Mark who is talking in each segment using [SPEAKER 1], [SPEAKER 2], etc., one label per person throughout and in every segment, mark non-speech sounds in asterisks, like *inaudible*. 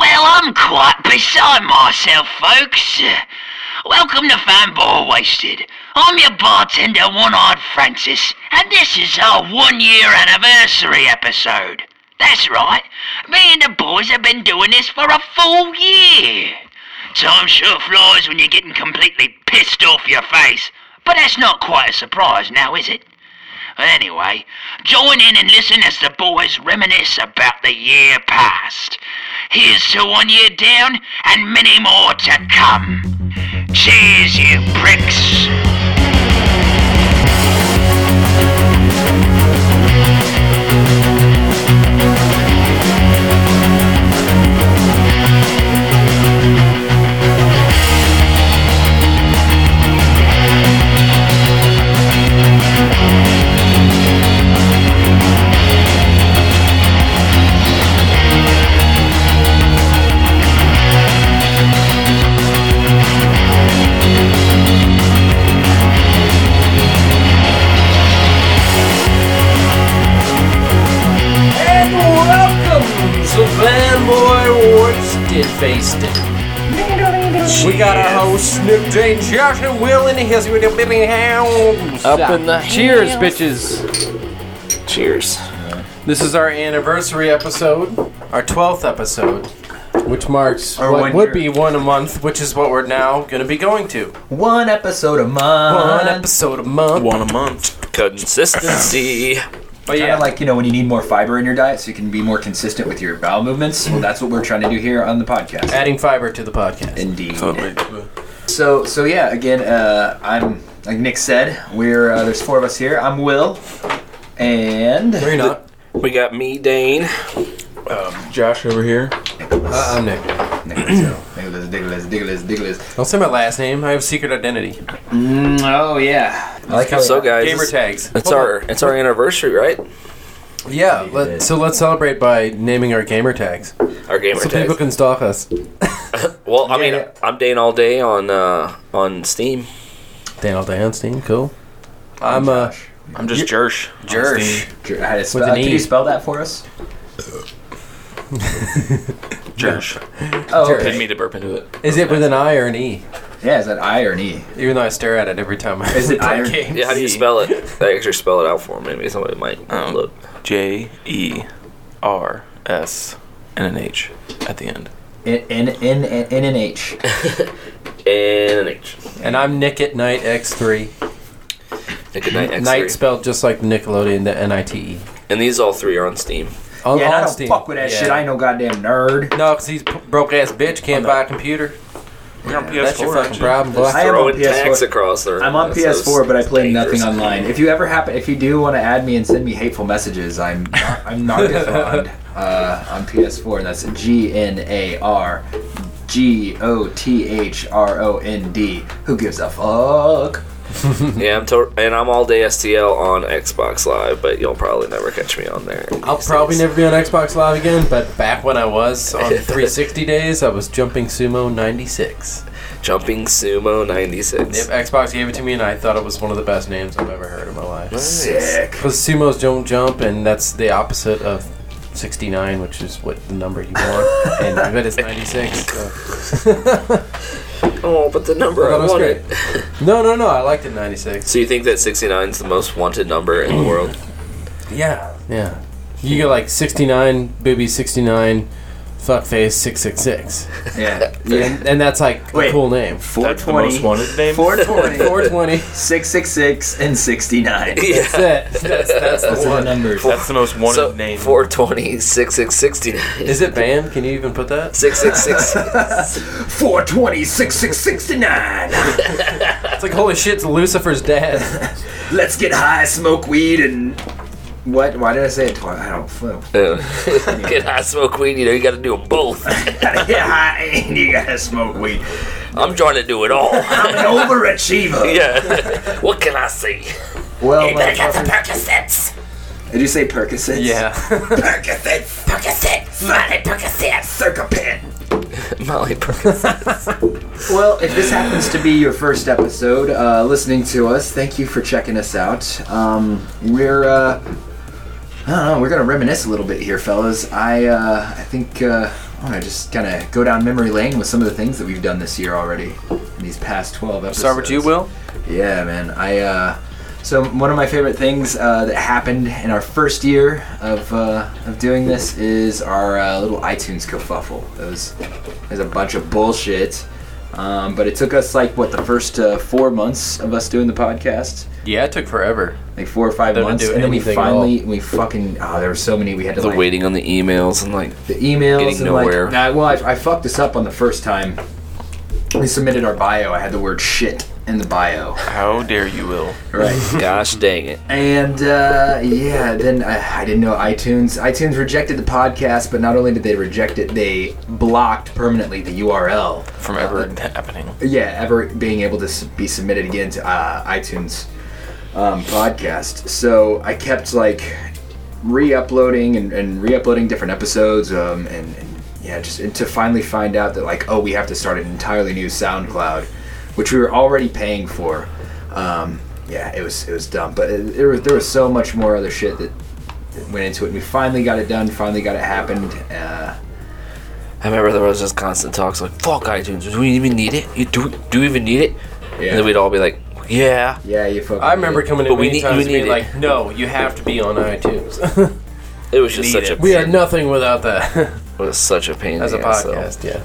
[SPEAKER 1] I'm quite beside myself, folks. Uh, Welcome to Fanboy Wasted. I'm your bartender, One Eyed Francis, and this is our one year anniversary episode. That's right, me and the boys have been doing this for a full year. Time sure flies when you're getting completely pissed off your face, but that's not quite a surprise now, is it? Anyway, join in and listen as the boys reminisce about the year past. Here's to one year down and many more to come. Cheers, you pricks!
[SPEAKER 2] And welcome to Fanboy Wasted Faced. We got our host Nick Jane Joshua Will in his with a billy hounds.
[SPEAKER 3] Up in the cheers, bitches.
[SPEAKER 2] cheers. This is our anniversary episode, our twelfth episode, which marks
[SPEAKER 4] Our
[SPEAKER 2] what
[SPEAKER 4] one
[SPEAKER 2] would
[SPEAKER 4] year.
[SPEAKER 2] be one a month, which is what we're now going to be going to.
[SPEAKER 4] One episode a month.
[SPEAKER 2] One episode a month.
[SPEAKER 5] one a month. Consistency.
[SPEAKER 2] But
[SPEAKER 4] Kind
[SPEAKER 2] yeah,
[SPEAKER 4] of like, you know, when you need more fiber in your diet so you can be more consistent with your bowel movements. Well, that's what we're trying to do here on the podcast.
[SPEAKER 2] adding fiber to the podcast.
[SPEAKER 4] Indeed. So, so yeah, again, uh, I'm, like Nick said, we're, uh, there's four of us here. I'm Will. And.
[SPEAKER 2] No, you're not.
[SPEAKER 5] we got me, Dane.
[SPEAKER 4] Oh,
[SPEAKER 6] Josh over here.
[SPEAKER 2] Uh, I'm Nick.
[SPEAKER 4] Nicholas, Nicholas, Nicholas, Nicholas, Nicholas.
[SPEAKER 2] Don't say my last name. I have secret identity.
[SPEAKER 4] Mm, oh, yeah. I like how
[SPEAKER 5] So, guys,
[SPEAKER 2] Gamer
[SPEAKER 5] it's,
[SPEAKER 2] tags.
[SPEAKER 5] it's
[SPEAKER 2] Hold on.
[SPEAKER 5] our it's our anniversary, right?
[SPEAKER 2] Yeah, let, so let's celebrate by naming our gamer tags.
[SPEAKER 5] Our gamer
[SPEAKER 2] so
[SPEAKER 5] tags.
[SPEAKER 2] people can stalk us.
[SPEAKER 5] well, I mean,
[SPEAKER 2] yeah.
[SPEAKER 5] I'm Dane all day on uh, on Steam.
[SPEAKER 2] Daniel Danstein, cool. I'm uh,
[SPEAKER 6] I'm just Jersh.
[SPEAKER 2] Jersh.
[SPEAKER 4] I had to spell,
[SPEAKER 2] an
[SPEAKER 4] uh, Can
[SPEAKER 2] E.
[SPEAKER 4] you spell that for us?
[SPEAKER 6] Jersh.
[SPEAKER 4] Oh,
[SPEAKER 2] Jersh.
[SPEAKER 6] Didn't
[SPEAKER 4] okay.
[SPEAKER 6] mean to burp into it.
[SPEAKER 2] Is it with an I or an E?
[SPEAKER 4] Yeah, is that I or an E?
[SPEAKER 2] Even though I stare at it every time. I
[SPEAKER 4] Is it
[SPEAKER 2] *laughs* play
[SPEAKER 4] I or-
[SPEAKER 2] games.
[SPEAKER 5] Yeah, how do you spell it? I actually spell it out for me. Maybe somebody might
[SPEAKER 4] *laughs*
[SPEAKER 6] Um,
[SPEAKER 5] look.
[SPEAKER 6] J E R S and an H at the end.
[SPEAKER 4] N, N, N, N, N, N, H.
[SPEAKER 5] And an H.
[SPEAKER 2] And I'm Nick at Night X3.
[SPEAKER 5] Nick at Night X3.
[SPEAKER 2] Night spelled just like Nickelodeon, the N I T E.
[SPEAKER 5] and these all three are on Steam.
[SPEAKER 2] On-
[SPEAKER 4] Yeah, and I
[SPEAKER 2] on
[SPEAKER 4] don't
[SPEAKER 2] Steam.
[SPEAKER 4] fuck with that
[SPEAKER 2] Yeah.
[SPEAKER 4] shit. I ain't no goddamn nerd.
[SPEAKER 2] No, because he's broke ass bitch, can't
[SPEAKER 6] Oh, no.
[SPEAKER 2] buy a computer.
[SPEAKER 6] You're on PS4.
[SPEAKER 2] That's your fucking
[SPEAKER 6] aren't you?
[SPEAKER 2] problem, boy.
[SPEAKER 4] I am on
[SPEAKER 5] Throwing
[SPEAKER 4] PS4.
[SPEAKER 5] tags across there.
[SPEAKER 4] I'm on PS4, but I play nothing online. If you ever happen, if you do want to add me and send me hateful messages, I'm I'm Nargothrond uh, on PS4. That's G N A R G O T H R O N D. Who gives a fuck?
[SPEAKER 5] Yeah, I'm to- and I'm all day STL on Xbox Live, but you'll probably never catch me on there.
[SPEAKER 2] I'll probably never be on Xbox Live again, but back when I *laughs* was on 360 days, I was jumping sumo 96.
[SPEAKER 5] Jumping Sumo 96.
[SPEAKER 2] Yep, Xbox gave it to me, and I thought it was one of the best names I've ever heard in my life.
[SPEAKER 4] Sick.
[SPEAKER 2] Because sumos don't jump, and that's the opposite of 69, which is what the number you *laughs* want. and I bet it's 96. So.
[SPEAKER 5] Oh, but the number
[SPEAKER 2] I thought
[SPEAKER 5] I,
[SPEAKER 2] it was
[SPEAKER 5] wanted. *laughs*
[SPEAKER 2] No, no, no. I liked it 96.
[SPEAKER 5] So you think that 69 is the most wanted number in the world?
[SPEAKER 2] Yeah, yeah. You get like 69, booby 69, fuckface 666.
[SPEAKER 4] Yeah.
[SPEAKER 2] And, and that's like a
[SPEAKER 4] Wait.
[SPEAKER 2] cool name.
[SPEAKER 6] That's the most
[SPEAKER 4] 420,
[SPEAKER 6] wanted name.
[SPEAKER 4] 420,
[SPEAKER 2] 420.
[SPEAKER 4] 666, and 69.
[SPEAKER 5] Yeah.
[SPEAKER 2] That's it. That's, that's the
[SPEAKER 4] Those are the
[SPEAKER 2] one.
[SPEAKER 4] numbers.
[SPEAKER 6] That's the most wanted
[SPEAKER 5] So
[SPEAKER 6] name.
[SPEAKER 5] 420,
[SPEAKER 6] *laughs*
[SPEAKER 5] 6669.
[SPEAKER 2] Is it banned? Can you even put that?
[SPEAKER 5] 666.
[SPEAKER 4] 420, 6669.
[SPEAKER 2] It's like, holy shit, it's Lucifer's dad. *laughs*
[SPEAKER 4] Let's get high, smoke weed, and what? Why did I say it twice? I don't know.
[SPEAKER 5] Uh, Get high, smoke weed. You know, you got to do them both.
[SPEAKER 4] gotta *laughs* get high, and you gotta smoke weed.
[SPEAKER 5] I'm trying to do it
[SPEAKER 6] *laughs*
[SPEAKER 5] all.
[SPEAKER 4] I'm an overachiever.
[SPEAKER 5] yeah. What can I say?
[SPEAKER 4] Well,
[SPEAKER 5] You better
[SPEAKER 4] motherfucker,
[SPEAKER 5] got some Percocets.
[SPEAKER 4] did you say Percocets? *laughs*
[SPEAKER 2] Yeah.
[SPEAKER 4] Percocets,
[SPEAKER 5] Percocets. Molly Percocets.
[SPEAKER 4] circumvent.
[SPEAKER 5] Molly Percocets.
[SPEAKER 4] Well, if this happens to be your first episode uh, listening to us, thank you for checking us out. Um, we're, uh, I don't know, we're gonna reminisce a little bit here, fellas. I, uh, I think uh, I want to just kind of go down memory lane with some of the things that we've done this year already in these past 12 episodes.
[SPEAKER 6] Start with you, Will.
[SPEAKER 4] Yeah, man. I uh, so one of my favorite things uh, that happened in our first year of uh, of doing this is our uh, little iTunes kerfuffle. That was it was a bunch of bullshit. Um, but it took us like what the first uh, four months of us doing the podcast,
[SPEAKER 6] Yeah, it took forever.
[SPEAKER 4] like four or five
[SPEAKER 6] They didn't
[SPEAKER 4] months,
[SPEAKER 6] do
[SPEAKER 4] and then we
[SPEAKER 6] anything at all.
[SPEAKER 4] finally we fucking oh there were so many we had to
[SPEAKER 5] The
[SPEAKER 4] like
[SPEAKER 5] waiting on the emails and like
[SPEAKER 4] the emails
[SPEAKER 5] Getting
[SPEAKER 4] and
[SPEAKER 5] nowhere.
[SPEAKER 4] like nah, well I, I fucked this up on the first time we submitted our bio I had the word shit in the bio
[SPEAKER 6] How dare you, Will?
[SPEAKER 4] right
[SPEAKER 5] gosh dang it.
[SPEAKER 4] And uh, yeah, then I, I didn't know iTunes. iTunes rejected the podcast, but not only did they reject it, they blocked permanently the URL.
[SPEAKER 6] From ever happening.
[SPEAKER 4] Yeah, ever being able to s- be submitted again to uh, iTunes um, podcast. So I kept like re-uploading and, and re-uploading different episodes, um, and, and yeah, just and to finally find out that like, oh, we have to start an entirely new SoundCloud, which we were already paying for. Um, yeah, it was it was dumb, but it, there was there was so much more other shit that, that went into it. And we finally got it done. Finally got it happened. Uh,
[SPEAKER 5] I remember there was just constant talks like fuck iTunes. Do we even need it? You do do we even need it? And
[SPEAKER 4] yeah,
[SPEAKER 5] then we'd all be like, yeah.
[SPEAKER 4] yeah, you fucking.
[SPEAKER 2] I remember
[SPEAKER 4] did.
[SPEAKER 2] coming in
[SPEAKER 5] But we
[SPEAKER 2] many
[SPEAKER 5] need- we
[SPEAKER 2] times and
[SPEAKER 5] need
[SPEAKER 2] being
[SPEAKER 5] it.
[SPEAKER 2] like, "No, you have to be on *laughs* iTunes.
[SPEAKER 5] It was just
[SPEAKER 6] Need
[SPEAKER 5] such
[SPEAKER 6] it.
[SPEAKER 5] a
[SPEAKER 2] we are nothing without that *laughs*
[SPEAKER 5] it was such a pain
[SPEAKER 2] as a
[SPEAKER 5] in the ass, though.
[SPEAKER 2] podcast." Yeah.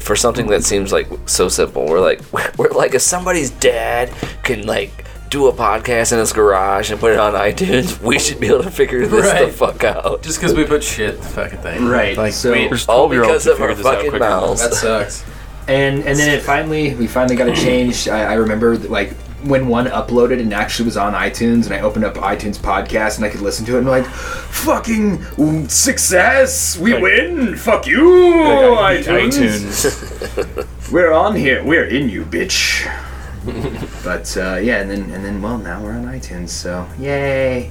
[SPEAKER 5] for something that seems like so simple. We're like, *laughs* we're like, if somebody's dad can like do a podcast in his garage and put it on iTunes, *laughs* we should be able to figure this the
[SPEAKER 2] Right.
[SPEAKER 5] fuck out.
[SPEAKER 2] Just because we put shit in the fucking thing.
[SPEAKER 4] Right.
[SPEAKER 6] Like,
[SPEAKER 4] so
[SPEAKER 6] wait, There's
[SPEAKER 5] All
[SPEAKER 6] 12-year-olds
[SPEAKER 5] because of
[SPEAKER 6] who
[SPEAKER 5] our
[SPEAKER 6] figured this out
[SPEAKER 5] fucking
[SPEAKER 6] quicker than us.
[SPEAKER 5] mouths.
[SPEAKER 2] That *laughs* sucks.
[SPEAKER 4] and and then it finally we finally got it changed. I, I remember like when one uploaded and actually was on iTunes, and I opened up iTunes podcast and I could listen to it, and like, fucking success, we win. Fuck you,
[SPEAKER 6] Like,
[SPEAKER 4] iTunes. *laughs* We're on here. We're in you, bitch. but uh, yeah, and then and then well, now we're on iTunes, so yay.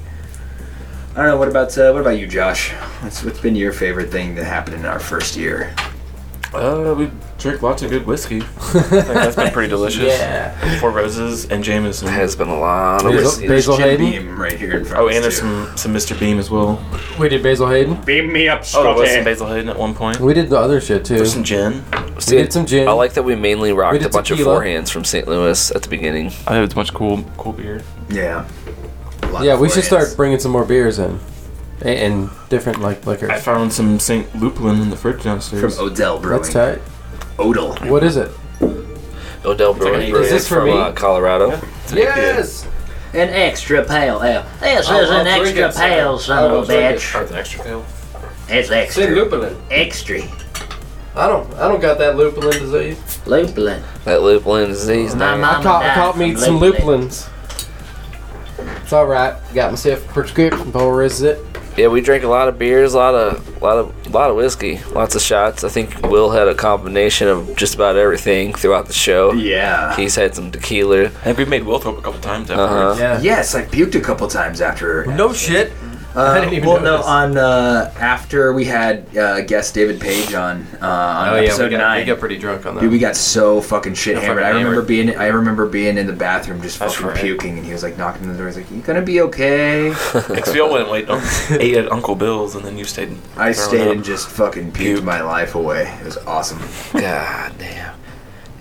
[SPEAKER 4] I don't know. What about uh, what about you, Josh? What's what's been your favorite thing that happened in our first year?
[SPEAKER 6] Uh, we drink lots of good *laughs* whiskey. I think that's been pretty delicious. Four Roses and
[SPEAKER 5] *laughs*
[SPEAKER 6] Jameson.
[SPEAKER 5] It has been a lot of
[SPEAKER 4] There's-
[SPEAKER 5] work.
[SPEAKER 4] there's
[SPEAKER 2] Basil
[SPEAKER 4] Jim
[SPEAKER 2] Hayden?
[SPEAKER 4] Beam right here in front.
[SPEAKER 6] Oh,
[SPEAKER 4] of us,
[SPEAKER 6] and there's
[SPEAKER 4] too.
[SPEAKER 6] some, some Mr. Beam as well.
[SPEAKER 2] We did Basil Hayden.
[SPEAKER 4] Beam me up,
[SPEAKER 6] Oh, there was some Basil Hayden at one point.
[SPEAKER 2] We did the other shit too.
[SPEAKER 6] Some gin.
[SPEAKER 5] See,
[SPEAKER 2] did some gin.
[SPEAKER 5] I like that we mainly rocked
[SPEAKER 2] did
[SPEAKER 5] a bunch
[SPEAKER 2] tequila.
[SPEAKER 5] of forehands from St. Louis at the beginning.
[SPEAKER 6] I had a bunch of cool, cool beer.
[SPEAKER 4] Yeah. Lot
[SPEAKER 2] Yeah,
[SPEAKER 4] of
[SPEAKER 2] we should
[SPEAKER 4] friends.
[SPEAKER 2] start bringing some more beers in, A- and, different like liquors.
[SPEAKER 6] I found some St. Lupulin in the fridge
[SPEAKER 4] from
[SPEAKER 6] downstairs.
[SPEAKER 4] Odell Brewing.
[SPEAKER 2] That's tight.
[SPEAKER 4] Odell.
[SPEAKER 2] What is it?
[SPEAKER 5] Odell Brewing,
[SPEAKER 2] Is this for
[SPEAKER 5] from
[SPEAKER 2] me?
[SPEAKER 5] Uh, Colorado.
[SPEAKER 4] Yes.
[SPEAKER 1] An extra pale ale. This
[SPEAKER 2] I'll-
[SPEAKER 1] is an
[SPEAKER 2] I'll drink
[SPEAKER 1] extra
[SPEAKER 2] it, sir.
[SPEAKER 1] pale, son of a bitch.
[SPEAKER 6] an extra pale.
[SPEAKER 1] It's extra. Extra.
[SPEAKER 2] I don't. I don't got that lupulin disease.
[SPEAKER 1] Lupulin.
[SPEAKER 5] That lupulin disease.
[SPEAKER 1] My
[SPEAKER 5] name.
[SPEAKER 1] mama
[SPEAKER 2] I caught, I
[SPEAKER 1] died
[SPEAKER 2] caught me
[SPEAKER 1] from
[SPEAKER 2] some lupulins. It's all right. Got myself a prescription for it.
[SPEAKER 5] Yeah, we drank a lot of beers, a lot of, lot of, lot of whiskey, lots of shots. I think Will had a combination of just about everything throughout the show.
[SPEAKER 4] Yeah.
[SPEAKER 5] He's had some tequila.
[SPEAKER 6] I think we made Will throw up a couple times
[SPEAKER 5] Uh-huh.
[SPEAKER 6] afterwards.
[SPEAKER 2] Yeah.
[SPEAKER 4] Yes, I puked a couple times after.
[SPEAKER 2] No shit.
[SPEAKER 4] Uh,
[SPEAKER 2] *laughs* I didn't even
[SPEAKER 4] well,
[SPEAKER 2] notice.
[SPEAKER 4] no, on uh, after we had uh, guest David Page on uh,
[SPEAKER 2] Oh,
[SPEAKER 4] on episode nine.
[SPEAKER 2] pretty drunk on
[SPEAKER 4] Dude, we got so fucking shit hammered. I
[SPEAKER 6] fucking
[SPEAKER 4] remember
[SPEAKER 6] hammered.
[SPEAKER 4] being I remember being in the bathroom just
[SPEAKER 6] That's
[SPEAKER 4] fucking
[SPEAKER 6] right.
[SPEAKER 4] puking, and he was like knocking on the door. He's like, "You gonna be okay?"
[SPEAKER 2] Uh-huh.
[SPEAKER 6] *laughs* Because we all went and wait, um,
[SPEAKER 2] *laughs*
[SPEAKER 6] ate at Uncle Bill's, and then you stayed.
[SPEAKER 4] I
[SPEAKER 6] throwing
[SPEAKER 4] stayed
[SPEAKER 6] up.
[SPEAKER 4] and just fucking puked
[SPEAKER 6] Puke.
[SPEAKER 4] my life away. It was awesome.
[SPEAKER 5] God damn.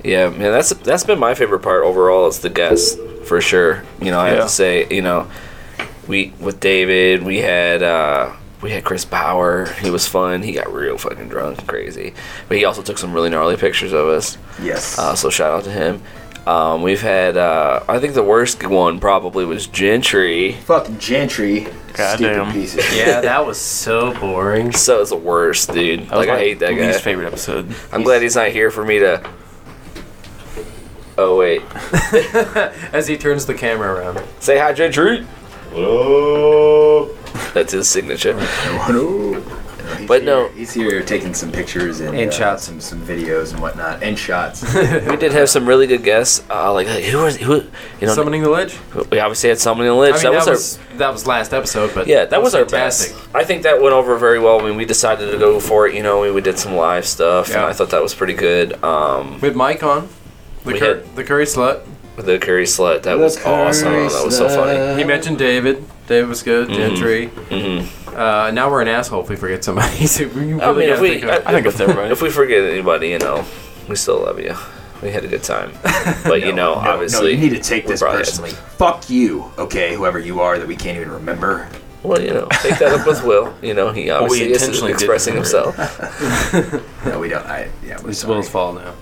[SPEAKER 5] Yeah, man, that's that's been my favorite part overall is the guests for sure. You know, I have
[SPEAKER 6] Yeah.
[SPEAKER 5] to say, you know, we with David, we had uh we had Chris Bauer. He was fun. He got real fucking drunk, and crazy. But he also took some really gnarly pictures of us.
[SPEAKER 4] Yes.
[SPEAKER 5] Uh, so shout out to him. Um, we've had uh, I think the worst one probably was Gentry.
[SPEAKER 4] Fuck Gentry. Stupid
[SPEAKER 6] Goddamn.
[SPEAKER 4] piece of shit.
[SPEAKER 2] yeah, that was so boring.
[SPEAKER 5] So it's the worst, dude.
[SPEAKER 6] That was
[SPEAKER 5] like I
[SPEAKER 6] my
[SPEAKER 5] hate that guy.
[SPEAKER 6] least favorite episode.
[SPEAKER 5] I'm glad he's not here for me to. Oh wait,
[SPEAKER 2] As he turns the camera around.
[SPEAKER 5] say hi, Gentry. That's his signature.
[SPEAKER 4] Hello. He's
[SPEAKER 5] But
[SPEAKER 4] here-
[SPEAKER 5] no.
[SPEAKER 4] he's here taking some pictures and,
[SPEAKER 2] And
[SPEAKER 4] uh,
[SPEAKER 2] shots.
[SPEAKER 4] some some videos and whatnot, and
[SPEAKER 5] *laughs*
[SPEAKER 4] shots.
[SPEAKER 5] We did have some really good guests. Uh, like, like, who was who? You know,
[SPEAKER 2] Summoning the Lich?
[SPEAKER 5] we obviously had someone in the list.
[SPEAKER 2] I mean,
[SPEAKER 5] that, was,
[SPEAKER 2] was, that was last episode, but
[SPEAKER 5] our yeah, that was, our
[SPEAKER 2] fantastic.
[SPEAKER 5] best. I think that went over very well. when we decided to go for it. You know, we, we did some live stuff, and
[SPEAKER 2] Yeah.
[SPEAKER 5] I thought that was pretty good. Um,
[SPEAKER 2] With Mike on, the,
[SPEAKER 5] We
[SPEAKER 2] cur-
[SPEAKER 5] had-
[SPEAKER 2] the curry slut.
[SPEAKER 5] the curry slut, that
[SPEAKER 4] The
[SPEAKER 5] was awesome.
[SPEAKER 4] curry
[SPEAKER 5] That was so funny.
[SPEAKER 4] slut.
[SPEAKER 5] Mm-hmm.
[SPEAKER 2] He mentioned David. David was good. Gentry. Uh, now we're an asshole if we forget somebody. *laughs* So we really
[SPEAKER 5] I mean, if
[SPEAKER 2] gotta
[SPEAKER 5] we,
[SPEAKER 2] think of-
[SPEAKER 5] I,
[SPEAKER 2] *laughs*
[SPEAKER 5] think if, if we forget anybody, you know, we still love you. We had a good time, but you know, obviously,
[SPEAKER 4] you need to take
[SPEAKER 5] we
[SPEAKER 4] this
[SPEAKER 5] probably had-
[SPEAKER 4] personally. Fuck you, okay, whoever you are that we can't even remember.
[SPEAKER 5] Well, you know, take that up with Will. You know, he obviously is
[SPEAKER 6] intentionally did
[SPEAKER 5] expressing
[SPEAKER 6] that.
[SPEAKER 5] himself.
[SPEAKER 4] No, we don't. I, yeah, we're
[SPEAKER 2] It's
[SPEAKER 4] sorry.
[SPEAKER 2] Will's fault now.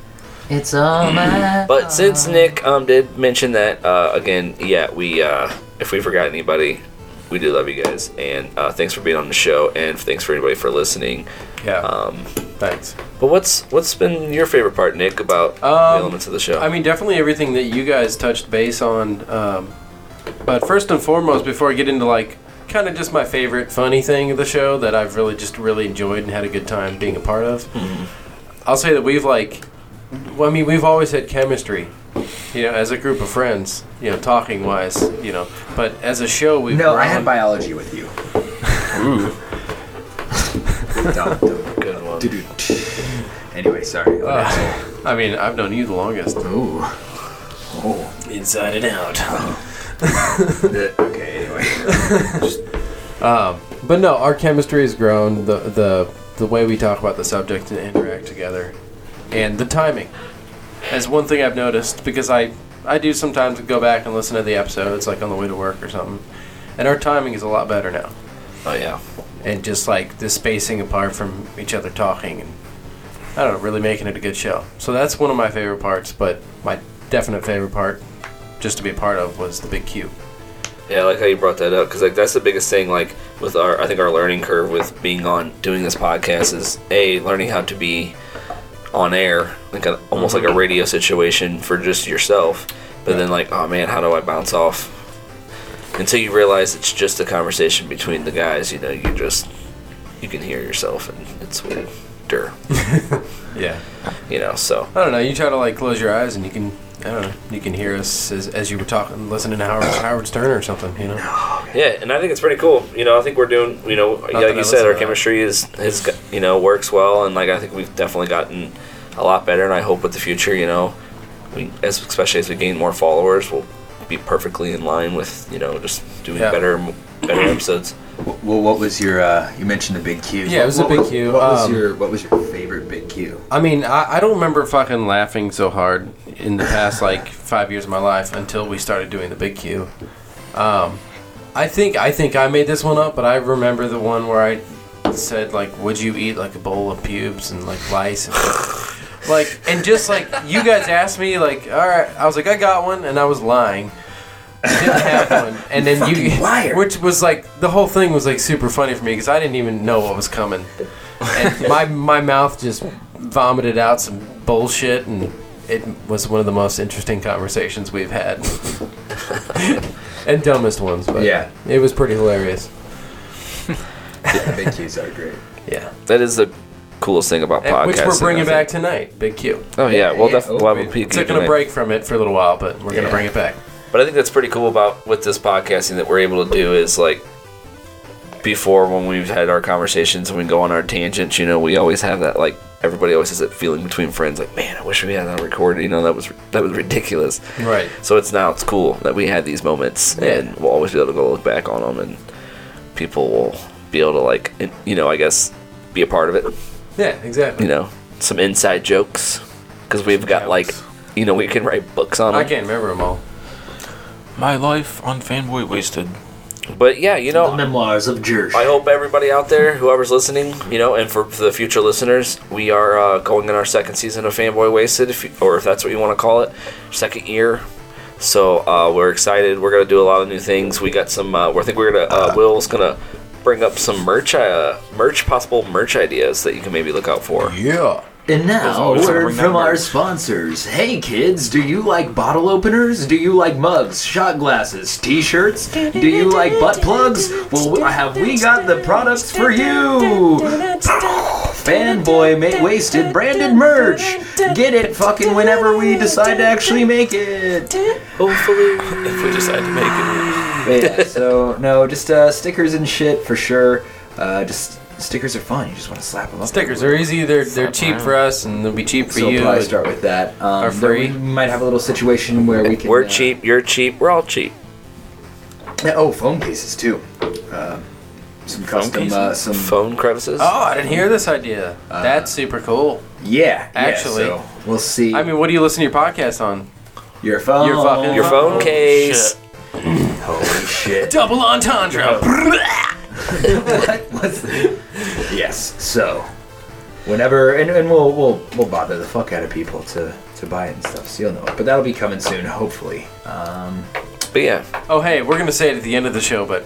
[SPEAKER 7] It's all my
[SPEAKER 5] But since Nick um did mention that uh, again, yeah, we uh, if we forgot anybody, we do love you guys, and uh, thanks for being on the show, and thanks for anybody for listening.
[SPEAKER 2] Yeah.
[SPEAKER 5] Um,
[SPEAKER 2] Thanks.
[SPEAKER 5] but what's what's been your favorite part, Nick, about
[SPEAKER 2] Um,
[SPEAKER 5] the elements of the show?
[SPEAKER 2] I mean, definitely everything that you guys touched base on. Um, but first and foremost, before I get into like kind of just my favorite funny thing of the show that I've really just really enjoyed and had a good time being a part of,
[SPEAKER 4] Mm-hmm.
[SPEAKER 2] I'll say that we've like, well, I mean, we've always had chemistry. You know, as a group of friends, you know, talking wise, you know, but as a show, we've
[SPEAKER 4] No, I
[SPEAKER 2] grown-
[SPEAKER 4] had biology with you. Dum, dum,
[SPEAKER 5] Good one. Ah.
[SPEAKER 4] doo, doo, tch. anyway, sorry.
[SPEAKER 2] I mean, I've known you the longest.
[SPEAKER 4] Ooh. Oh.
[SPEAKER 2] Inside and out.
[SPEAKER 4] The- okay, anyway.
[SPEAKER 2] But no, our chemistry has grown. The the the way we talk about the subject and interact together, and the timing, as one thing I've noticed because I I do sometimes go back and listen to the episodes like on the way to work or something, and our timing is a lot better now.
[SPEAKER 5] oh yeah,
[SPEAKER 2] And just like the spacing apart from each other talking and I don't know, really making it a good show. So that's one of my favorite parts. But my definite favorite part, just to be a part of, was the big Q.
[SPEAKER 5] yeah, I like how you brought that up because like that's the biggest thing. Like with our, I think our learning curve with being on doing this podcast is a learning how to be on air, like a, almost like a radio situation for just yourself. But then like, oh man, how do I bounce off? Until you realize it's just a conversation between the guys, you know, you just you can hear yourself and it's weird,
[SPEAKER 2] Yeah.
[SPEAKER 5] you know. So
[SPEAKER 2] I don't know. You try to like close your eyes and you can, I don't know, you can hear us as, as you were talking, listening to Howard, Howard Stern or something, you know?
[SPEAKER 5] Yeah, and I think it's pretty cool. You know, I think we're doing. You know,
[SPEAKER 2] that
[SPEAKER 5] like
[SPEAKER 2] I
[SPEAKER 5] you said,
[SPEAKER 2] listen
[SPEAKER 5] our
[SPEAKER 2] to that.
[SPEAKER 5] chemistry is is go- you know works well, and like I think we've definitely gotten a lot better. And I hope with the future, you know, we as especially as we gain more followers, we'll be perfectly in line with you know just doing
[SPEAKER 2] Yeah.
[SPEAKER 5] better
[SPEAKER 2] *clears throat*
[SPEAKER 5] better episodes.
[SPEAKER 4] Well, what was your? Uh, you mentioned the big Q.
[SPEAKER 2] Yeah, it was
[SPEAKER 4] What-
[SPEAKER 2] the big
[SPEAKER 4] what-
[SPEAKER 2] Q,
[SPEAKER 4] What was
[SPEAKER 2] um,
[SPEAKER 4] your? What was your favorite big Q?
[SPEAKER 2] I mean, I, I don't remember fucking laughing so hard in the past like five years of my life until we started doing the big Q. Um, I think I think I made this one up, but I remember the one where I said like, "Would you eat like a bowl of pubes and like lice?"
[SPEAKER 4] *laughs*
[SPEAKER 2] and- like and just like you guys asked me like, "All right," I was like, "I got one," and I was lying. I didn't have one,
[SPEAKER 4] *laughs*
[SPEAKER 2] and then you, *laughs*
[SPEAKER 4] Fucking liar.
[SPEAKER 2] which was like the whole thing was like super funny for me because I didn't even know what was coming
[SPEAKER 4] *laughs*
[SPEAKER 2] and my my mouth just vomited out some bullshit and it was one of the most interesting conversations we've
[SPEAKER 4] *laughs*
[SPEAKER 2] had *laughs* and dumbest ones but
[SPEAKER 4] Yeah.
[SPEAKER 2] it was pretty hilarious
[SPEAKER 4] Yeah, big Qs are
[SPEAKER 2] *laughs*
[SPEAKER 4] great.
[SPEAKER 2] yeah
[SPEAKER 5] That is the coolest thing about
[SPEAKER 2] And-
[SPEAKER 5] podcasting.
[SPEAKER 2] which we're bringing
[SPEAKER 5] I think.
[SPEAKER 2] back tonight big q
[SPEAKER 5] Oh yeah, we'll
[SPEAKER 4] Yeah,
[SPEAKER 5] definitely we'll
[SPEAKER 2] we
[SPEAKER 5] have a peek.
[SPEAKER 2] took a break from it for a little while but we're gonna
[SPEAKER 4] Yeah.
[SPEAKER 2] bring it back
[SPEAKER 5] But I think that's pretty cool about with this podcasting that we're able to do is like before when we've had our conversations and we go on our tangents, you know, we always have that like everybody always has that feeling between friends like, man, I wish we had that recorded, you know, that was that was ridiculous.
[SPEAKER 2] right
[SPEAKER 5] So it's now it's cool that we had these moments and we'll always be able to go look back on them and people will be able to like, in- you know, I guess be a part of it,
[SPEAKER 2] yeah exactly
[SPEAKER 5] you know, some inside jokes because we've got like,
[SPEAKER 6] Jokes.
[SPEAKER 5] you know, we can write books on them.
[SPEAKER 2] i can't remember them all
[SPEAKER 6] My life on Fanboy Wasted.
[SPEAKER 5] But yeah, you know,
[SPEAKER 7] The memoirs of Jersh.
[SPEAKER 5] I hope everybody out there, whoever's listening, you know, and for, for the future listeners, we are uh, going in our second season of Fanboy Wasted, if you, or if that's what you want to call it, second year. So uh, we're excited. We're gonna do a lot of new things. We got some. Uh, we're- I think we're gonna. Uh, Will's gonna bring up some merch, uh, merch possible merch ideas that you can maybe look out for.
[SPEAKER 2] yeah
[SPEAKER 4] And
[SPEAKER 6] Those
[SPEAKER 4] now, a
[SPEAKER 6] always
[SPEAKER 4] word
[SPEAKER 6] bring that
[SPEAKER 4] from our
[SPEAKER 6] merch.
[SPEAKER 4] sponsors. Hey kids, do you like bottle openers? Do you like mugs, shot glasses, t-shirts? Do you like butt plugs? Well, have we got the products for you? Fanboy ma- Wasted branded merch. Get it fucking whenever we decide to actually make it.
[SPEAKER 5] *laughs* Hopefully,
[SPEAKER 6] If we decide to make it.
[SPEAKER 4] But yeah, so no, just uh, stickers and shit for sure. Uh, just stickers are fun. You just want to slap them up.
[SPEAKER 2] stickers are easy they're they're cheap for us and they'll be cheap for
[SPEAKER 4] So
[SPEAKER 2] you
[SPEAKER 4] we'll probably start with that. Um,
[SPEAKER 2] Are
[SPEAKER 4] though
[SPEAKER 2] free.
[SPEAKER 4] We might have a little situation where we can.
[SPEAKER 5] we're
[SPEAKER 4] uh,
[SPEAKER 5] cheap. You're cheap. We're all cheap.
[SPEAKER 4] Yeah, oh, phone cases too. Um some custom uh, some
[SPEAKER 5] phone crevices.
[SPEAKER 2] Oh, I didn't hear this idea. That's super cool.
[SPEAKER 4] yeah. yeah,
[SPEAKER 2] Actually.
[SPEAKER 4] so we'll see.
[SPEAKER 2] I mean, what do you listen to your podcast on?
[SPEAKER 4] your phone.
[SPEAKER 2] Your fucking-
[SPEAKER 5] Your phone case.
[SPEAKER 4] Holy *laughs* shit.
[SPEAKER 2] Double entendre.
[SPEAKER 4] What's the- yes. So, whenever and, and we'll we'll we'll bother the fuck out of people to to buy it and stuff. So you'll know it, but that'll be coming soon, hopefully. Um,
[SPEAKER 5] But yeah,
[SPEAKER 2] Oh, hey, we're gonna say it at the end of the show, but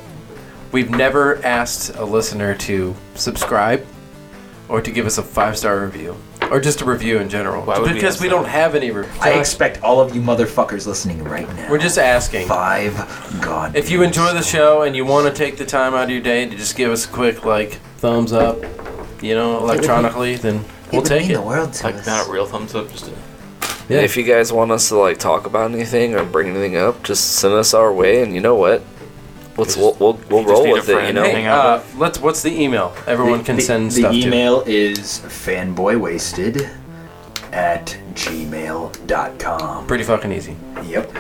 [SPEAKER 2] we've never asked a listener to subscribe or to give us a five star review or just a review in general.
[SPEAKER 6] Why would we
[SPEAKER 2] because
[SPEAKER 6] ask
[SPEAKER 2] we,
[SPEAKER 6] that?
[SPEAKER 2] don't have any reviews.
[SPEAKER 4] I expect all of you motherfuckers listening right now.
[SPEAKER 2] We're just asking.
[SPEAKER 4] five god.
[SPEAKER 2] If you enjoy the show and you want to take the time out of your day to just give us a quick like thumbs up, you know, electronically, then we'll take it.
[SPEAKER 7] the world to
[SPEAKER 6] Like
[SPEAKER 7] us.
[SPEAKER 6] not a real thumbs up, just a
[SPEAKER 2] Yeah.
[SPEAKER 5] if you guys want us to like talk about anything or bring anything up, just send us our way, and you know what? Let's we'll we'll, we'll
[SPEAKER 6] just
[SPEAKER 5] roll
[SPEAKER 6] need a
[SPEAKER 5] with it. You
[SPEAKER 6] friend.
[SPEAKER 5] know,
[SPEAKER 2] Hey, uh, let's. What's the email? Everyone can send
[SPEAKER 4] the
[SPEAKER 2] stuff
[SPEAKER 4] email is fanboywasted at gmail.com.
[SPEAKER 2] to. Pretty fucking easy.
[SPEAKER 4] Yep.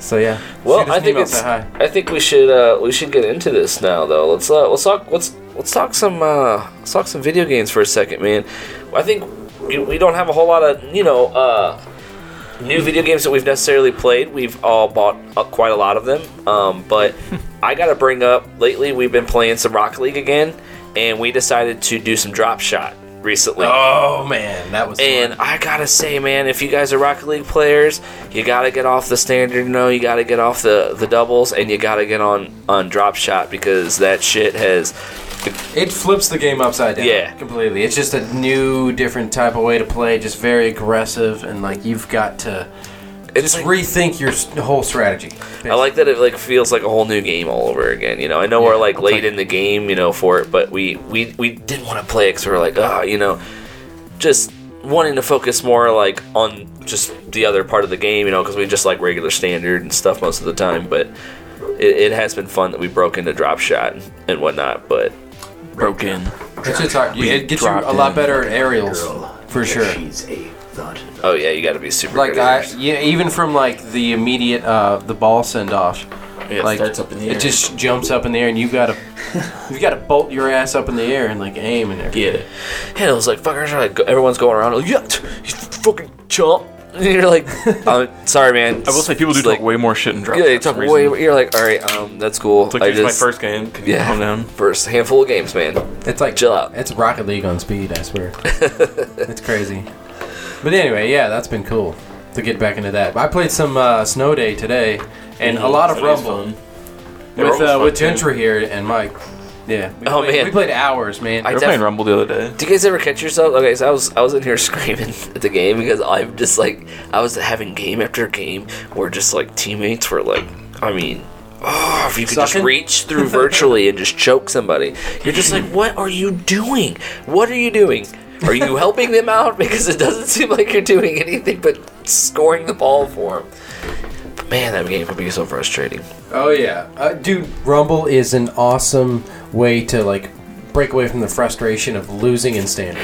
[SPEAKER 2] So yeah. Shoot
[SPEAKER 5] well,
[SPEAKER 2] us
[SPEAKER 5] I
[SPEAKER 2] an
[SPEAKER 5] think
[SPEAKER 2] email,
[SPEAKER 5] it's
[SPEAKER 2] say hi.
[SPEAKER 5] I think we should uh, we should get into this now though. Let's uh, let's talk let's let's talk some uh, let's talk some video games for a second, man. I think we, we don't have a whole lot of you know. Uh, new video games that we've necessarily played. We've all bought uh, quite a lot of them. Um,
[SPEAKER 2] *laughs*
[SPEAKER 5] but I gotta bring up lately we've been playing some Rocket League again, and we decided to do some drop shot recently.
[SPEAKER 2] Oh man, that was.
[SPEAKER 5] And I gotta say, man, if you guys are Rocket League players, you gotta get off the standard. No, you gotta get off the the doubles, and you gotta get on on drop shot because that shit has
[SPEAKER 2] It flips the game upside down.
[SPEAKER 5] Yeah.
[SPEAKER 2] completely. It's just a new, different type of way to play. Just very aggressive, and like you've got to
[SPEAKER 5] it's.
[SPEAKER 2] just
[SPEAKER 5] like-
[SPEAKER 2] rethink your s- whole strategy.
[SPEAKER 5] I like that it like feels like a whole new game all over again. You know, I know we're like late in the game, you know, for it, but we we we didn't want to play it because we were like, ah, you know, just wanting to focus more like on just the other part of the game, you know, because we just like regular standard and stuff most of the time. But it, it has been fun that we broke into drop shot and whatnot. But
[SPEAKER 6] broke in.
[SPEAKER 2] It's just hard.
[SPEAKER 6] We
[SPEAKER 2] It gets you
[SPEAKER 6] dropped
[SPEAKER 2] a lot
[SPEAKER 6] in
[SPEAKER 2] better at aerials,
[SPEAKER 4] Girl,
[SPEAKER 2] for
[SPEAKER 4] if
[SPEAKER 2] sure.
[SPEAKER 4] She's a thought.
[SPEAKER 5] oh yeah, you got to be super
[SPEAKER 2] Like
[SPEAKER 5] good
[SPEAKER 2] I,
[SPEAKER 5] at it.
[SPEAKER 2] yeah, even from like the immediate uh, the ball send off,
[SPEAKER 6] Yeah, it
[SPEAKER 2] like
[SPEAKER 6] starts up in the air.
[SPEAKER 2] it just jumps up in the air, and you gotta you gotta bolt your ass up in the air and like aim and everything.
[SPEAKER 6] get it.
[SPEAKER 5] And it was like fuckers are like everyone's going around like yeah, you fucking chump. *laughs* And
[SPEAKER 2] *laughs*
[SPEAKER 5] you're like, uh, sorry man.
[SPEAKER 6] I will say people do
[SPEAKER 5] It's
[SPEAKER 6] talk way more shit in drop.
[SPEAKER 5] Yeah, they
[SPEAKER 6] shots
[SPEAKER 5] talk
[SPEAKER 6] for reason.
[SPEAKER 5] way. You're like, all right, um, that's cool.
[SPEAKER 6] It's like
[SPEAKER 5] I
[SPEAKER 6] this is my
[SPEAKER 5] just
[SPEAKER 6] first game. Can you
[SPEAKER 5] Yeah.
[SPEAKER 6] calm down?
[SPEAKER 5] first handful of games, man.
[SPEAKER 2] It's like
[SPEAKER 5] Chill out.
[SPEAKER 2] It's Rocket League on speed, I
[SPEAKER 5] *laughs*
[SPEAKER 2] swear. it's crazy. But anyway, yeah, that's been cool to get back into that. I played some uh, Snow Day today and a lot of
[SPEAKER 6] That is
[SPEAKER 2] Rumble
[SPEAKER 6] fun. Yeah,
[SPEAKER 2] with
[SPEAKER 6] Rumble's
[SPEAKER 2] uh,
[SPEAKER 6] fun,
[SPEAKER 2] with
[SPEAKER 6] too.
[SPEAKER 2] Gentry here and Mike. Yeah. We
[SPEAKER 5] Oh,
[SPEAKER 2] played,
[SPEAKER 5] man.
[SPEAKER 2] We played hours, man.
[SPEAKER 5] I
[SPEAKER 6] We were
[SPEAKER 5] def-
[SPEAKER 6] playing Rumble the other day.
[SPEAKER 5] Do you guys ever catch yourself? Okay, so I was I was in here *laughs* screaming at the game because I'm just like I was having game after game where just like teammates were like, I mean. Oh, if you could just
[SPEAKER 2] Sucking?
[SPEAKER 5] reach through virtually and just choke somebody, you're just like, what are you doing? What are you doing? Are you helping them out? *laughs* Because it doesn't seem like you're doing anything but scoring the ball for them. But man, that game would be so frustrating.
[SPEAKER 2] Oh yeah, uh, dude! Rumble is an awesome way to like break away from the frustration of losing in standard.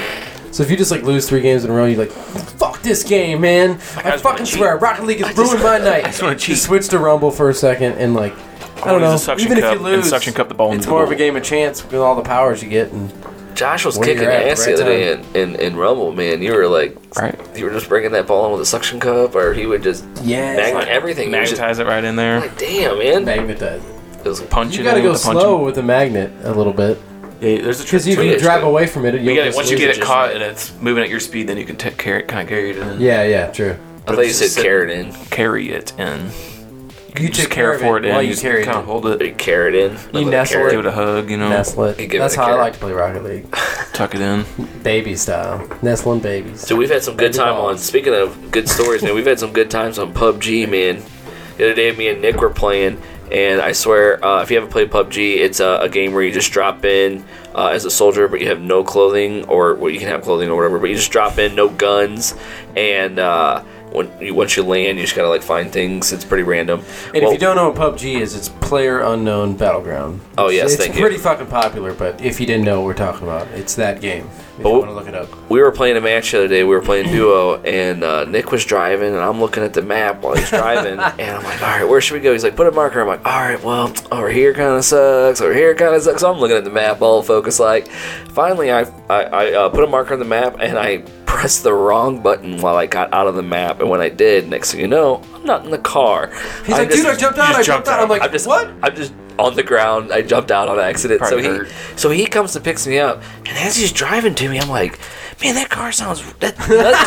[SPEAKER 2] So if you just like lose three games in a row, you're like, "Fuck this game, man! I,
[SPEAKER 6] just
[SPEAKER 2] fucking
[SPEAKER 6] wanna cheat.
[SPEAKER 2] swear, Rocket League has ruined
[SPEAKER 6] *laughs*
[SPEAKER 2] my night."
[SPEAKER 6] just wanna cheat.
[SPEAKER 2] switch to Rumble for a second and like, I don't know.
[SPEAKER 6] use the suction
[SPEAKER 2] Even if
[SPEAKER 6] cup
[SPEAKER 2] you
[SPEAKER 6] and
[SPEAKER 2] lose,
[SPEAKER 6] suction cup the ball
[SPEAKER 2] It's
[SPEAKER 6] into the
[SPEAKER 2] more of a
[SPEAKER 6] goal.
[SPEAKER 2] game of chance with all the powers you get. And
[SPEAKER 5] Josh was
[SPEAKER 2] Where
[SPEAKER 5] kicking
[SPEAKER 2] you're at,
[SPEAKER 5] ass the
[SPEAKER 2] right
[SPEAKER 5] other day in, in, in Rumble, man. You were like,
[SPEAKER 6] Right.
[SPEAKER 5] you were just bringing that ball in with a suction cup, or he would just
[SPEAKER 2] yeah,
[SPEAKER 5] mag- everything. He was just-
[SPEAKER 6] Magnetize it right in there.
[SPEAKER 5] like, damn, man.
[SPEAKER 2] magnetize.
[SPEAKER 5] It was like,
[SPEAKER 6] Punch
[SPEAKER 2] You
[SPEAKER 6] it
[SPEAKER 2] gotta
[SPEAKER 6] in
[SPEAKER 2] go
[SPEAKER 6] with the punch
[SPEAKER 2] slow with the magnet a little bit
[SPEAKER 6] Yeah, there's a trick
[SPEAKER 2] because you
[SPEAKER 6] to
[SPEAKER 5] really
[SPEAKER 2] can
[SPEAKER 6] it.
[SPEAKER 2] drive
[SPEAKER 5] good.
[SPEAKER 2] away from it. And
[SPEAKER 6] You
[SPEAKER 2] you'll
[SPEAKER 6] gotta-
[SPEAKER 2] just
[SPEAKER 6] once you
[SPEAKER 2] lose
[SPEAKER 6] get
[SPEAKER 2] it.
[SPEAKER 6] it ccaught and it's moving at your speed, then you can take carry, kind of carry it in.
[SPEAKER 2] Yeah, yeah, true.
[SPEAKER 5] I thought you said carrot in.
[SPEAKER 6] Carry it in.
[SPEAKER 2] You
[SPEAKER 6] Just
[SPEAKER 2] take care
[SPEAKER 6] carry
[SPEAKER 2] of
[SPEAKER 6] for it in.
[SPEAKER 2] while you
[SPEAKER 6] just
[SPEAKER 2] carry it.
[SPEAKER 6] Kind
[SPEAKER 2] in.
[SPEAKER 6] of hold it.
[SPEAKER 5] Big carrot in. like with a
[SPEAKER 2] nestle
[SPEAKER 5] carrot.
[SPEAKER 6] Give it a hug, you know.
[SPEAKER 2] Nestle
[SPEAKER 5] You
[SPEAKER 2] it.
[SPEAKER 5] give it
[SPEAKER 2] That's
[SPEAKER 5] a
[SPEAKER 2] how I
[SPEAKER 5] carrot.
[SPEAKER 2] like to play Rocket League.
[SPEAKER 6] Tuck it in.
[SPEAKER 2] Baby style. Nestling babies.
[SPEAKER 5] So we've had some good time on. Speaking of good stories, man, we've had some good times on PUBG, man. The other day, me and Nick were playing, and I swear, uh, if you haven't played PUBG, it's a, a game where you just drop in uh, as a soldier, but you have no clothing, or well, you can have clothing or whatever, but you just drop in, no guns, and uh, when you, once you land, you just gotta like find things. It's pretty random.
[SPEAKER 2] And
[SPEAKER 5] Well,
[SPEAKER 2] if you don't know what PUBG is, it's Player Unknown Battleground.
[SPEAKER 5] Oh, yes,
[SPEAKER 2] it's
[SPEAKER 5] thank you.
[SPEAKER 2] pretty fucking popular. But if you didn't know what we're talking about, it's that game. If
[SPEAKER 5] Oh.
[SPEAKER 2] you want to look it up,
[SPEAKER 5] we were playing a match the other day. We were playing duo, and uh, Nick was driving, and I'm looking at the map while he's
[SPEAKER 2] *laughs*
[SPEAKER 5] driving, and I'm like, "All right, where should we go?" He's like, "Put a marker." I'm like, "All right, well, over here kind of sucks. Over here kind of sucks." So I'm looking at the map, all focused. Like, finally, I I, I uh, put a marker on the map, and I *laughs* pressed the wrong button while I got out of the map. And when I did, next thing you know, I'm not in the car.
[SPEAKER 2] he's
[SPEAKER 5] I
[SPEAKER 2] like,
[SPEAKER 5] just-
[SPEAKER 2] "Dude, I jumped
[SPEAKER 6] you
[SPEAKER 2] out!
[SPEAKER 6] just
[SPEAKER 2] I jumped
[SPEAKER 6] jumped
[SPEAKER 2] out!"
[SPEAKER 6] out.
[SPEAKER 2] I'm like,
[SPEAKER 5] I'm just
[SPEAKER 2] "What?"
[SPEAKER 5] I'm just on the ground. I jumped out on accident.
[SPEAKER 6] Probably
[SPEAKER 5] so he
[SPEAKER 6] hurt.
[SPEAKER 5] so he comes to picks me up, and as he's driving to me, I'm like, man, that car sounds that, that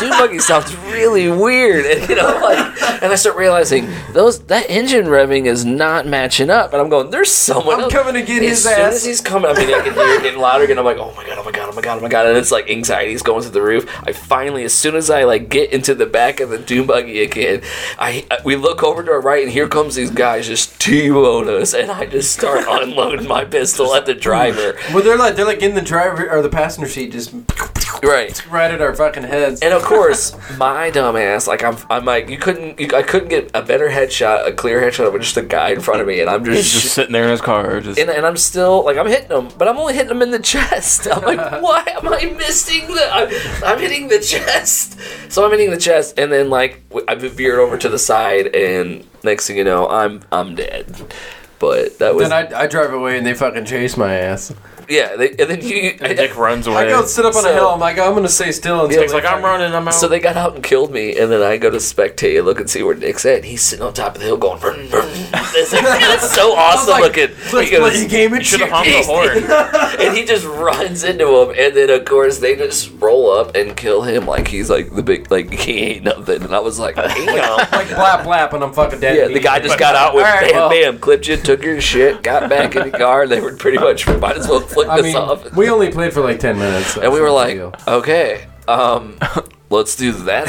[SPEAKER 2] *laughs*
[SPEAKER 5] dune buggy sounds really weird, and you know, like, and I start realizing those that engine revving is not matching up, and I'm going, there's someone.
[SPEAKER 2] I'm
[SPEAKER 5] else."
[SPEAKER 2] coming to get
[SPEAKER 5] as
[SPEAKER 2] his
[SPEAKER 5] soon
[SPEAKER 2] ass.
[SPEAKER 5] As he's coming, I mean, I can hear it getting louder, and I'm like, oh my god, oh my god, oh my god, oh my god, and it's like anxiety's going to the roof. I finally, as soon as I like get into the back of the dune buggy again, I, I we look over to our right, and here comes these guys just T-bone us, and I
[SPEAKER 2] *laughs*
[SPEAKER 5] just start unloading my pistol at the driver.
[SPEAKER 2] Well, they're like they're like in the driver or the passenger seat, just
[SPEAKER 5] Right.
[SPEAKER 2] right at our fucking heads.
[SPEAKER 5] And of course, my dumbass, like I'm, I'm like, you couldn't, you, I couldn't get a better headshot, a clear headshot of just a guy in front of me, and I'm
[SPEAKER 6] He's
[SPEAKER 5] just,
[SPEAKER 6] just sitting there in his car. Just
[SPEAKER 5] and, and I'm still like, I'm hitting him, but I'm only hitting him in the *laughs* chest.
[SPEAKER 2] *laughs*
[SPEAKER 5] I'm like, why am I missing the? I'm, I'm hitting the chest, so I'm hitting the chest, and then like w- I veered over to the side, and next thing you know, I'm, I'm dead. But that was,
[SPEAKER 2] Then I, I drive away and they fucking chase my ass.
[SPEAKER 5] yeah. They, and then you,
[SPEAKER 6] and Nick runs away.
[SPEAKER 2] I go sit up on
[SPEAKER 5] So-
[SPEAKER 2] a hill. I'm like, I'm gonna stay still until
[SPEAKER 6] Nick's
[SPEAKER 2] they
[SPEAKER 6] like, I'm
[SPEAKER 2] fucking-
[SPEAKER 6] running. I'm
[SPEAKER 5] *laughs*
[SPEAKER 6] out.
[SPEAKER 5] So they got out and killed me, and then I go to spectate and look and see where Nick's at. and He's sitting on top of the hill going, vroom, vroom. *laughs* It's, like, it's so
[SPEAKER 2] I was
[SPEAKER 5] awesome
[SPEAKER 2] like,
[SPEAKER 5] looking.
[SPEAKER 2] Let's
[SPEAKER 5] He goes-
[SPEAKER 2] play a game of
[SPEAKER 6] should have honked
[SPEAKER 2] chicken."
[SPEAKER 6] the horn.
[SPEAKER 5] and he just runs into him, and then of course they just roll up and kill him like he's like the big like he ain't nothing. And I was
[SPEAKER 6] *laughs*
[SPEAKER 5] like, damn.
[SPEAKER 2] Like blap blap, and I'm fucking dead.
[SPEAKER 5] Yeah, the guy just got out with
[SPEAKER 2] All right,
[SPEAKER 5] bam,
[SPEAKER 2] well.
[SPEAKER 5] bam, clipped you, took your shit, got back in the car. and They were pretty much might as well flick
[SPEAKER 2] I
[SPEAKER 5] this
[SPEAKER 2] mean,
[SPEAKER 5] off.
[SPEAKER 2] we only played for like ten minutes, so
[SPEAKER 5] And we
[SPEAKER 2] it's
[SPEAKER 5] were
[SPEAKER 2] no
[SPEAKER 5] like,
[SPEAKER 2] big deal.
[SPEAKER 5] okay, um, let's do that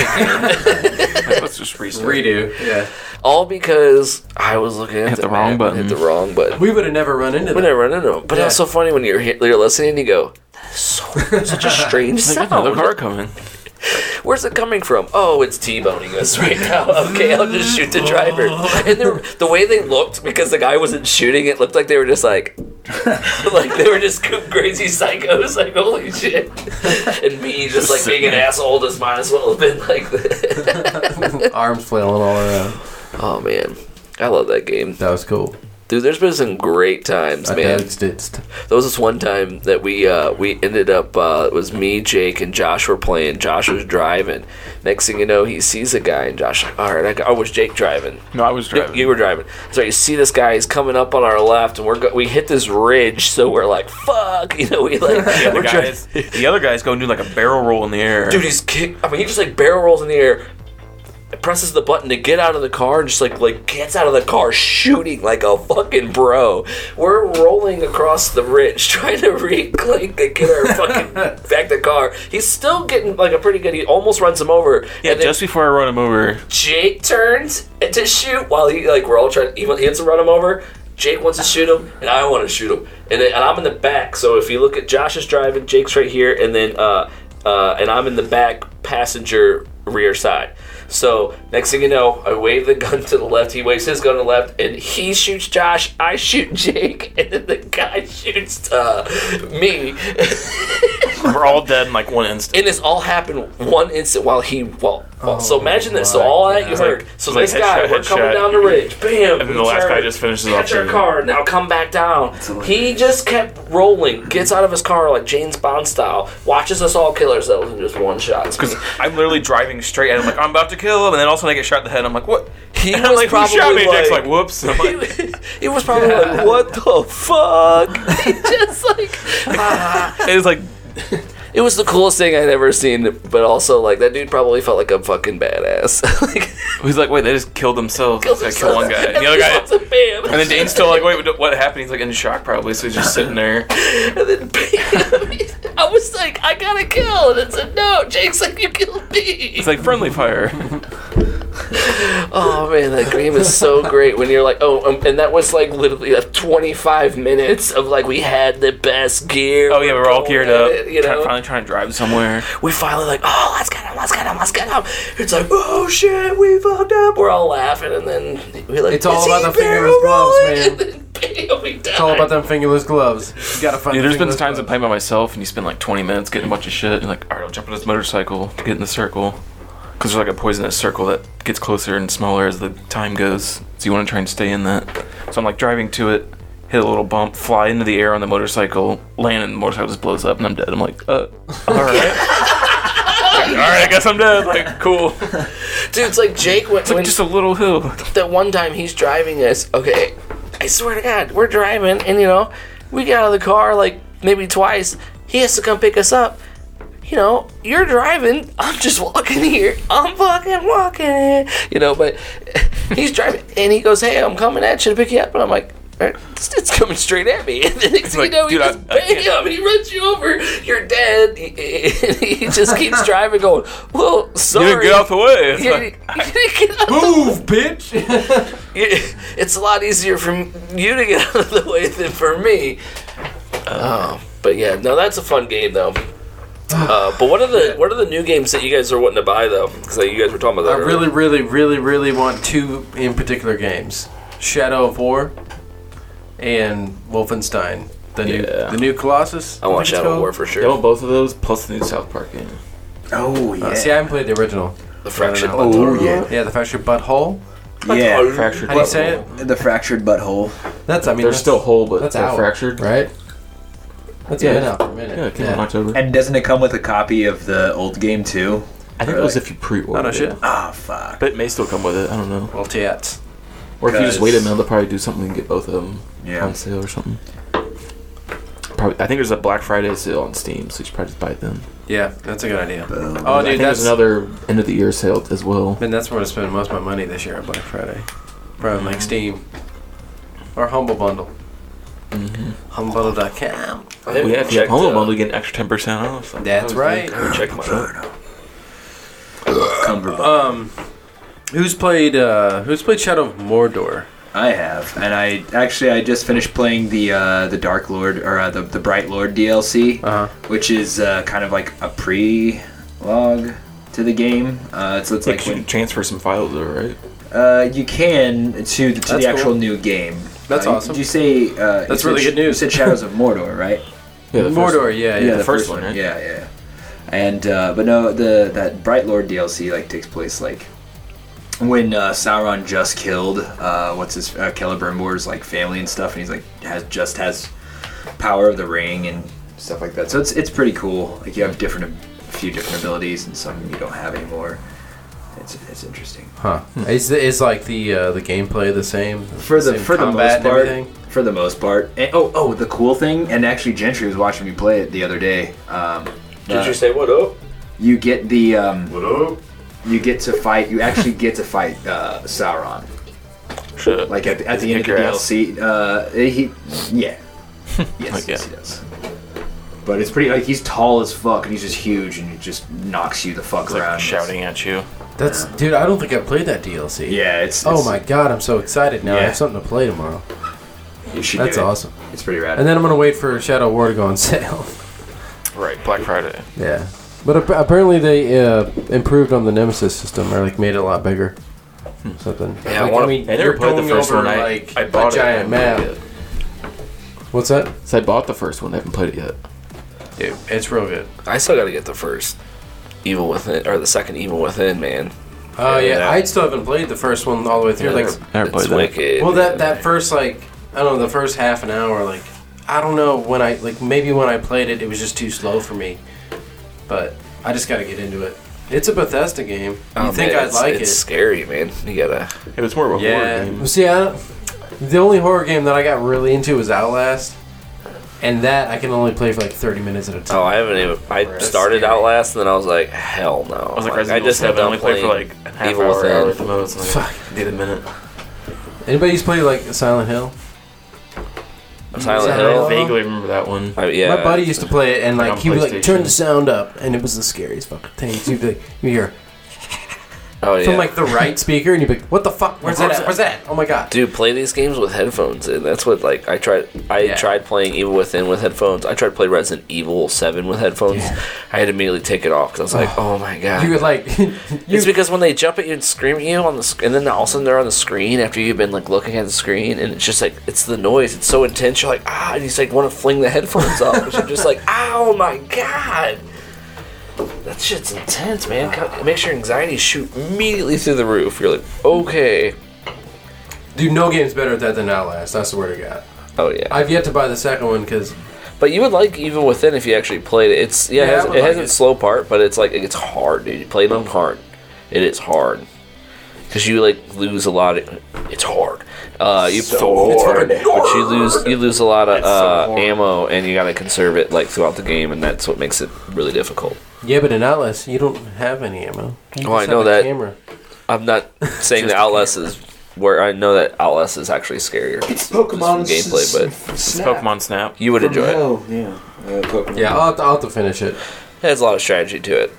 [SPEAKER 6] *laughs*
[SPEAKER 5] again.
[SPEAKER 6] Let's just restart.
[SPEAKER 2] redo. Yeah,
[SPEAKER 5] All because I was looking at
[SPEAKER 6] Hit the wrong
[SPEAKER 5] map and Hit
[SPEAKER 6] button.
[SPEAKER 5] the wrong button.
[SPEAKER 2] we would have never run into
[SPEAKER 5] We
[SPEAKER 2] that.
[SPEAKER 5] never run into them. But
[SPEAKER 2] Yeah.
[SPEAKER 5] it's so funny when you're, he- you're listening and you go, that is so, such
[SPEAKER 6] *laughs*
[SPEAKER 5] a strange
[SPEAKER 6] Like, another
[SPEAKER 5] sound.
[SPEAKER 6] car coming.
[SPEAKER 5] Where's it coming from? Oh, it's T-boning us *laughs* right now. Okay, I'll just shoot the driver. And they're- the way they looked, because the guy wasn't shooting, it looked like they were just like, *laughs* like they were just crazy psychos. Like holy shit. And me just like being an asshole, just might as well have been like *laughs* that.
[SPEAKER 2] Arms flailing all around.
[SPEAKER 5] oh man, I love that game,
[SPEAKER 2] That was cool.
[SPEAKER 5] dude. There's been some great times,
[SPEAKER 2] I
[SPEAKER 5] man.
[SPEAKER 2] danced it.
[SPEAKER 5] There was this one time that we uh, we ended up uh, it was me, Jake, and Josh were playing. Josh was driving. Next thing you know, he sees a guy, and Josh like, all right, I, got, oh, was Jake driving?
[SPEAKER 6] No, I was
[SPEAKER 5] You-
[SPEAKER 6] driving.
[SPEAKER 5] You were driving. So you see this guy, he's coming up on our left, and we're go- we hit this ridge, so we're like, fuck, *laughs* you know, we like
[SPEAKER 6] the,
[SPEAKER 5] we're
[SPEAKER 6] other
[SPEAKER 5] trying-
[SPEAKER 6] guys, the other guy's going to do like a barrel roll in the air.
[SPEAKER 5] dude, he's kick. I mean, he just like barrel rolls in the air, presses the button to get out of the car, and just like like gets out of the car shooting like a fucking bro. We're rolling across the ridge *laughs* trying to re like get our fucking back the car. He's still getting like a pretty good. He almost runs him over.
[SPEAKER 6] yeah,
[SPEAKER 5] and then-
[SPEAKER 6] just before I run him over,
[SPEAKER 5] Jake turns to shoot while he like we're all trying. He wants he wants to run him over. Jake wants to shoot him, and I want to shoot him, and, then, and I'm in the back. So if you look at Josh is driving, Jake's right here, and then uh, uh, and I'm in the back passenger rear side. So next thing you know, I wave the gun to the left. He waves his gun to the left, and he shoots Josh. I shoot *laughs* Jake, and then the guy shoots uh, me.
[SPEAKER 6] we're all dead in like one instant.
[SPEAKER 5] and this all happened one instant while he well, well so imagine this so all that you heard so
[SPEAKER 6] Oh like
[SPEAKER 5] this guy
[SPEAKER 6] headshot,
[SPEAKER 5] we're coming
[SPEAKER 6] headshot.
[SPEAKER 5] down the ridge bam
[SPEAKER 6] And then the last guy just finishes off
[SPEAKER 5] catch our
[SPEAKER 6] shooting.
[SPEAKER 5] car
[SPEAKER 6] *laughs*
[SPEAKER 5] now come back down he just kept rolling gets out of his car like James Bond style watches us all kill ourselves in just one shot
[SPEAKER 6] Because I'm literally driving straight, and I'm like, I'm about to kill him, and then all of a sudden I get shot in the head. I'm like, what?
[SPEAKER 5] he
[SPEAKER 6] And *laughs* I'm like, who shot me? Jake's like, whoops. I'm
[SPEAKER 5] *laughs*
[SPEAKER 6] like,
[SPEAKER 5] he, he was probably like, "What the fuck?" He just like,
[SPEAKER 6] it was like,
[SPEAKER 5] it was the coolest thing I'd ever seen. But also, like, that dude probably felt like a fucking badass. *laughs* like,
[SPEAKER 6] he's like, wait, they just killed themselves.
[SPEAKER 5] killed
[SPEAKER 6] I
[SPEAKER 5] *laughs*
[SPEAKER 6] killed one guy, and the other guy,
[SPEAKER 5] himself. Bam.
[SPEAKER 6] and then Dane's still like, wait, what happened? He's like in shock probably, so he's just sitting there.
[SPEAKER 5] And *laughs* then bam, I was like, I gotta kill. And it said, no, Jake's like, you killed me.
[SPEAKER 6] It's like friendly fire.
[SPEAKER 5] Oh man, that game is so great when you're like, oh, um, and that was like literally like 25 minutes of like we had the best gear.
[SPEAKER 6] Oh yeah, we're all geared
[SPEAKER 5] going
[SPEAKER 6] up.
[SPEAKER 5] at it, You
[SPEAKER 6] try-
[SPEAKER 5] know,
[SPEAKER 6] finally trying to drive somewhere.
[SPEAKER 5] we finally like, oh, let's get him, let's get him, let's get him. It's like, oh shit, we fucked up. We're all laughing, and then we like,
[SPEAKER 2] It's all
[SPEAKER 5] is
[SPEAKER 2] about
[SPEAKER 5] he
[SPEAKER 2] the finger
[SPEAKER 5] barrel
[SPEAKER 2] with gloves,
[SPEAKER 5] rolling?
[SPEAKER 2] man.
[SPEAKER 5] *laughs* And then bam, we
[SPEAKER 2] It's all
[SPEAKER 5] died.
[SPEAKER 2] about them fingerless gloves. You gotta find.
[SPEAKER 6] Yeah,
[SPEAKER 2] the
[SPEAKER 6] there's been
[SPEAKER 2] fingerless
[SPEAKER 6] times I
[SPEAKER 2] gloves.
[SPEAKER 6] play by myself, and you spend like 20 minutes getting a bunch of shit. And like, all right, I'll jump on this motorcycle to get in the circle, because there's like a poisonous circle that gets closer and smaller as the time goes. So you want to try and stay in that. So I'm like driving to it, hit a little bump, fly into the air on the motorcycle, land, and the motorcycle just blows up, and I'm dead. I'm like, uh, all right. *laughs* Like, all right, I guess I'm dead. Like, cool. It's
[SPEAKER 5] Dude, it's like Jake went.
[SPEAKER 6] like
[SPEAKER 5] when-
[SPEAKER 6] just a little hill.
[SPEAKER 5] that one time he's driving us. Okay, I swear to God, we're driving, and you know, we get out of the car like maybe twice. He has to come pick us up. You know, you're driving. *laughs* I'm just walking here. I'm fucking walking. You know, but *laughs* he's driving, and he goes, "Hey, I'm coming at you to pick you up," and I'm like. "All right, It's, it's coming straight at me. *laughs* And the next thing
[SPEAKER 6] Like,
[SPEAKER 5] you know, he
[SPEAKER 6] dude, I-
[SPEAKER 5] just
[SPEAKER 6] I can't-
[SPEAKER 5] bam, he runs you over. You're dead. *laughs* He, he just
[SPEAKER 6] *laughs*
[SPEAKER 5] keeps driving, going, "Well,
[SPEAKER 6] You
[SPEAKER 5] sorry."
[SPEAKER 6] didn't get off the way. It's
[SPEAKER 5] *laughs* You
[SPEAKER 6] like,
[SPEAKER 5] didn't- you didn't get
[SPEAKER 6] *laughs*
[SPEAKER 5] out the
[SPEAKER 2] Move, bitch.
[SPEAKER 5] it- *laughs* it's a lot easier for m- you to get *laughs* out of the way than for me. Oh, but yeah, no, that's a fun game though. Uh, but what are the what are the new games that you guys are wanting to buy though? Because like, you guys were talking about
[SPEAKER 2] I
[SPEAKER 5] that.
[SPEAKER 2] really,
[SPEAKER 5] earlier.
[SPEAKER 2] really, really, really want two in particular games: Shadow of War and Wolfenstein. The new,
[SPEAKER 6] Yeah.
[SPEAKER 2] the new Colossus.
[SPEAKER 5] I want
[SPEAKER 2] think it's
[SPEAKER 5] Shadow
[SPEAKER 2] called.
[SPEAKER 5] War for
[SPEAKER 6] I
[SPEAKER 5] sure.
[SPEAKER 6] want both of those plus the new South Park game.
[SPEAKER 4] Oh yeah.
[SPEAKER 2] Uh, See, I haven't played the original.
[SPEAKER 5] The fraction.
[SPEAKER 2] Oh,
[SPEAKER 4] oh yeah.
[SPEAKER 2] Yeah, the fractured butthole.
[SPEAKER 4] Yeah.
[SPEAKER 6] Fractured.
[SPEAKER 2] How do you say it?
[SPEAKER 4] The fractured butthole.
[SPEAKER 2] That's. I mean,
[SPEAKER 6] They're
[SPEAKER 2] that's-
[SPEAKER 6] still whole, but
[SPEAKER 2] that's
[SPEAKER 6] they're
[SPEAKER 2] out,
[SPEAKER 6] fractured.
[SPEAKER 2] right? That's
[SPEAKER 6] Yeah.
[SPEAKER 2] been out for a minute.
[SPEAKER 6] Yeah, it came out in October.
[SPEAKER 4] And doesn't it come with a copy of the old game too?
[SPEAKER 6] I think it was if you pre-ordered.
[SPEAKER 2] Oh, no shit.
[SPEAKER 6] it.
[SPEAKER 4] Ah fuck.
[SPEAKER 6] But it may still come with it. I don't know.
[SPEAKER 2] Well, tits.
[SPEAKER 6] Or if you
[SPEAKER 4] Because-
[SPEAKER 6] just wait a minute, they'll probably do something and get both of them
[SPEAKER 4] Yeah.
[SPEAKER 6] on sale or something. Probably. I think there's a Black Friday sale on Steam, so you should probably just buy it then.
[SPEAKER 2] Yeah, that's a good idea. Oh,
[SPEAKER 6] I think
[SPEAKER 2] dude,
[SPEAKER 6] there's
[SPEAKER 2] that's another.
[SPEAKER 6] another end of the year sale as well.
[SPEAKER 2] Man, that's where I spend most of my money this year on Black Friday. Probably like Steam or Humble Bundle. Mm-hmm. HumbleBundle.com.
[SPEAKER 5] I haven't
[SPEAKER 6] Well, yeah, if you
[SPEAKER 5] checked,
[SPEAKER 6] have Humble
[SPEAKER 5] uh,
[SPEAKER 6] Bundle, you get an extra ten percent off.
[SPEAKER 2] That's right.
[SPEAKER 5] I haven't checked mine.
[SPEAKER 4] Cumberbund.
[SPEAKER 2] Um, who's played uh, Who's played Shadow of Mordor?
[SPEAKER 4] I have, and I actually I just finished playing the uh, the Dark Lord or uh, the the Bright Lord DLC,
[SPEAKER 2] Uh-huh.
[SPEAKER 4] which is uh, kind of like a pre-log to the game. Uh, so it's
[SPEAKER 6] Like
[SPEAKER 4] like
[SPEAKER 6] you
[SPEAKER 4] when,
[SPEAKER 6] can transfer some files over, right?
[SPEAKER 4] uh, you can to the, to
[SPEAKER 2] That's
[SPEAKER 4] the actual
[SPEAKER 2] cool.
[SPEAKER 4] new game.
[SPEAKER 2] That's
[SPEAKER 4] Uh,
[SPEAKER 2] awesome.
[SPEAKER 4] Did you say uh,
[SPEAKER 2] That's
[SPEAKER 4] you
[SPEAKER 2] really
[SPEAKER 4] said-
[SPEAKER 2] good news.
[SPEAKER 4] You
[SPEAKER 2] *laughs*
[SPEAKER 4] said Shadows of Mordor, right?
[SPEAKER 6] Yeah, the first
[SPEAKER 2] Mordor, yeah, yeah.
[SPEAKER 4] the
[SPEAKER 6] first one, right?
[SPEAKER 4] Yeah, yeah. And uh, but no, the that Bright Lord DLC like takes place like when uh, Sauron just killed uh, what's his uh, Celebrimbor's like family and stuff, and he's like has just has power of the ring and stuff like that. So it's it's pretty cool. Like you have different a few different abilities and some you don't have anymore. It's it's interesting
[SPEAKER 2] Huh. Is, is like the uh, the gameplay the same?
[SPEAKER 4] for the
[SPEAKER 2] Same
[SPEAKER 4] for the
[SPEAKER 2] combat
[SPEAKER 4] most
[SPEAKER 2] and
[SPEAKER 4] part.
[SPEAKER 2] everything?
[SPEAKER 4] For the most part. And, oh oh, the cool thing, and actually Gentry was watching me play it the other day. Um,
[SPEAKER 5] Did
[SPEAKER 4] uh,
[SPEAKER 5] you say what Oh. up?
[SPEAKER 4] you get the um, you get to fight you actually get to fight uh, Sauron
[SPEAKER 6] Shit.
[SPEAKER 4] like at, at
[SPEAKER 6] Does he
[SPEAKER 4] the end of
[SPEAKER 6] kick
[SPEAKER 4] the
[SPEAKER 6] your ass?
[SPEAKER 4] DLC uh, he yeah yes,
[SPEAKER 6] Like, yeah.
[SPEAKER 4] yes he does but it's pretty like he's tall as fuck and he's just huge and he just knocks you the fuck
[SPEAKER 6] It's
[SPEAKER 4] around
[SPEAKER 6] like shouting at you.
[SPEAKER 2] That's dude. I don't think I played that DLC.
[SPEAKER 4] yeah it's,
[SPEAKER 2] Oh
[SPEAKER 4] it's-
[SPEAKER 2] my god, I'm so excited now. I
[SPEAKER 4] Yeah.
[SPEAKER 2] have something to play tomorrow.
[SPEAKER 4] you should
[SPEAKER 2] That's
[SPEAKER 4] do it.
[SPEAKER 2] awesome.
[SPEAKER 4] it's pretty rad
[SPEAKER 2] And then I'm gonna wait for Shadow of War to go on *laughs* sale.
[SPEAKER 6] Right, Black Friday.
[SPEAKER 2] Yeah, but ap- apparently they uh, improved on the Nemesis system, or like made it a lot bigger. Something.
[SPEAKER 5] Yeah, I
[SPEAKER 2] Like,
[SPEAKER 5] wanna-
[SPEAKER 2] mean,
[SPEAKER 6] I never
[SPEAKER 2] you're
[SPEAKER 6] played the
[SPEAKER 2] going
[SPEAKER 6] first
[SPEAKER 2] over,
[SPEAKER 6] one. I,
[SPEAKER 2] like
[SPEAKER 6] I bought
[SPEAKER 2] a giant
[SPEAKER 6] it. I haven't
[SPEAKER 2] map.
[SPEAKER 6] played it
[SPEAKER 2] What's that?
[SPEAKER 6] yet. So I bought the first one. I haven't played it yet.
[SPEAKER 2] Dude, it's real good.
[SPEAKER 5] I still got to get the first Evil Within or the second Evil Within, man.
[SPEAKER 2] Oh yeah,
[SPEAKER 5] Yeah.
[SPEAKER 2] I still haven't played the first one all the way through.
[SPEAKER 5] Yeah,
[SPEAKER 2] like,
[SPEAKER 5] it's-
[SPEAKER 6] I haven't
[SPEAKER 5] it's
[SPEAKER 6] played that.
[SPEAKER 5] wicked.
[SPEAKER 2] well, that
[SPEAKER 5] man.
[SPEAKER 2] that first like I don't know the first half an hour like I don't know when I like maybe when I played it it was just too slow for me, but I just got to get into it. It's a Bethesda game. You
[SPEAKER 5] Oh,
[SPEAKER 2] think
[SPEAKER 5] man,
[SPEAKER 2] I'd
[SPEAKER 5] it's-
[SPEAKER 2] like
[SPEAKER 5] It's
[SPEAKER 2] it?
[SPEAKER 5] scary, man. You gotta.
[SPEAKER 6] It was more of a
[SPEAKER 2] Yeah.
[SPEAKER 6] horror game.
[SPEAKER 2] Well, See, I don't- the only horror game that I got really into was Outlast, and that I can only play for like 30 minutes at a time.
[SPEAKER 5] Oh, I haven't even. I
[SPEAKER 2] That's
[SPEAKER 5] started out last, and then I was like, hell no.
[SPEAKER 6] I was like, Resident Evil 7, I only played for like a half
[SPEAKER 5] Evil
[SPEAKER 6] hour,
[SPEAKER 5] Within.
[SPEAKER 6] hour at the most. and, Like,
[SPEAKER 2] Fuck.
[SPEAKER 6] Need a *laughs* minute.
[SPEAKER 2] Anybody who's played like Silent Hill?
[SPEAKER 5] Silent
[SPEAKER 2] Silent
[SPEAKER 5] Hill.
[SPEAKER 2] Hill.
[SPEAKER 6] Vaguely remember that one.
[SPEAKER 5] I, yeah,
[SPEAKER 2] My buddy used to play it, and
[SPEAKER 6] Like
[SPEAKER 2] like
[SPEAKER 6] on
[SPEAKER 2] he would like turn
[SPEAKER 6] PlayStation.
[SPEAKER 2] the sound up, and it was the scariest fucking thing. So you'd be like, you hear,
[SPEAKER 5] Oh yeah.
[SPEAKER 2] from like the right speaker, and you'd be like, "What the fuck? Where's that? At? Where's that? at? Oh my god!" *laughs*
[SPEAKER 5] Dude, play these games with headphones, and that's what like I tried. I
[SPEAKER 2] Yeah.
[SPEAKER 5] tried playing Evil Within with headphones. I tried to play Resident Evil Seven with headphones. I had to immediately take it off because I was like, "Oh my god!"
[SPEAKER 2] You would like, *laughs* you,
[SPEAKER 5] it's because when they jump at you and scream at you on the, sc- and then all of a sudden they're on the screen after you've been like looking at the screen, and it's just like it's the noise. It's so intense. You're like, ah, and you just, like want to fling the *laughs* headphones off. 'cause You're just like, oh my god. That shit's intense, man. God, It makes your anxiety shoot immediately through the roof. You're like, okay.
[SPEAKER 2] dude, no game's better at that than Outlast. I swear to God,
[SPEAKER 5] Oh yeah.
[SPEAKER 2] I've yet to buy the second one because
[SPEAKER 5] But you would like Evil Within if you actually played it. It's yeah,
[SPEAKER 2] Yeah, I
[SPEAKER 5] it has,
[SPEAKER 2] would
[SPEAKER 5] it has
[SPEAKER 2] like
[SPEAKER 5] its
[SPEAKER 2] it.
[SPEAKER 5] slow part, but it's like it's hard, dude. You play it on hard. It is hard because you like lose a lot. Of, it's hard. Uh, you
[SPEAKER 2] It's hard.
[SPEAKER 5] but you lose you lose a lot of uh, ammo, and you gotta conserve it like throughout the game, and that's what makes it really difficult.
[SPEAKER 2] yeah, but in Outlast you don't have any ammo. You
[SPEAKER 5] Oh, I
[SPEAKER 2] just
[SPEAKER 5] know
[SPEAKER 2] have a
[SPEAKER 5] that.
[SPEAKER 2] Camera. *laughs*
[SPEAKER 5] I'm not saying that Outlast is where I know that Outlast is actually scarier. It's
[SPEAKER 4] Pokemon
[SPEAKER 5] gameplay, but
[SPEAKER 6] It's Pokemon Snap.
[SPEAKER 5] you would enjoy it.
[SPEAKER 4] Oh yeah. Uh, Pokemon.
[SPEAKER 2] Yeah, I'll have, to, I'll have to finish it.
[SPEAKER 5] It has a lot of strategy to it.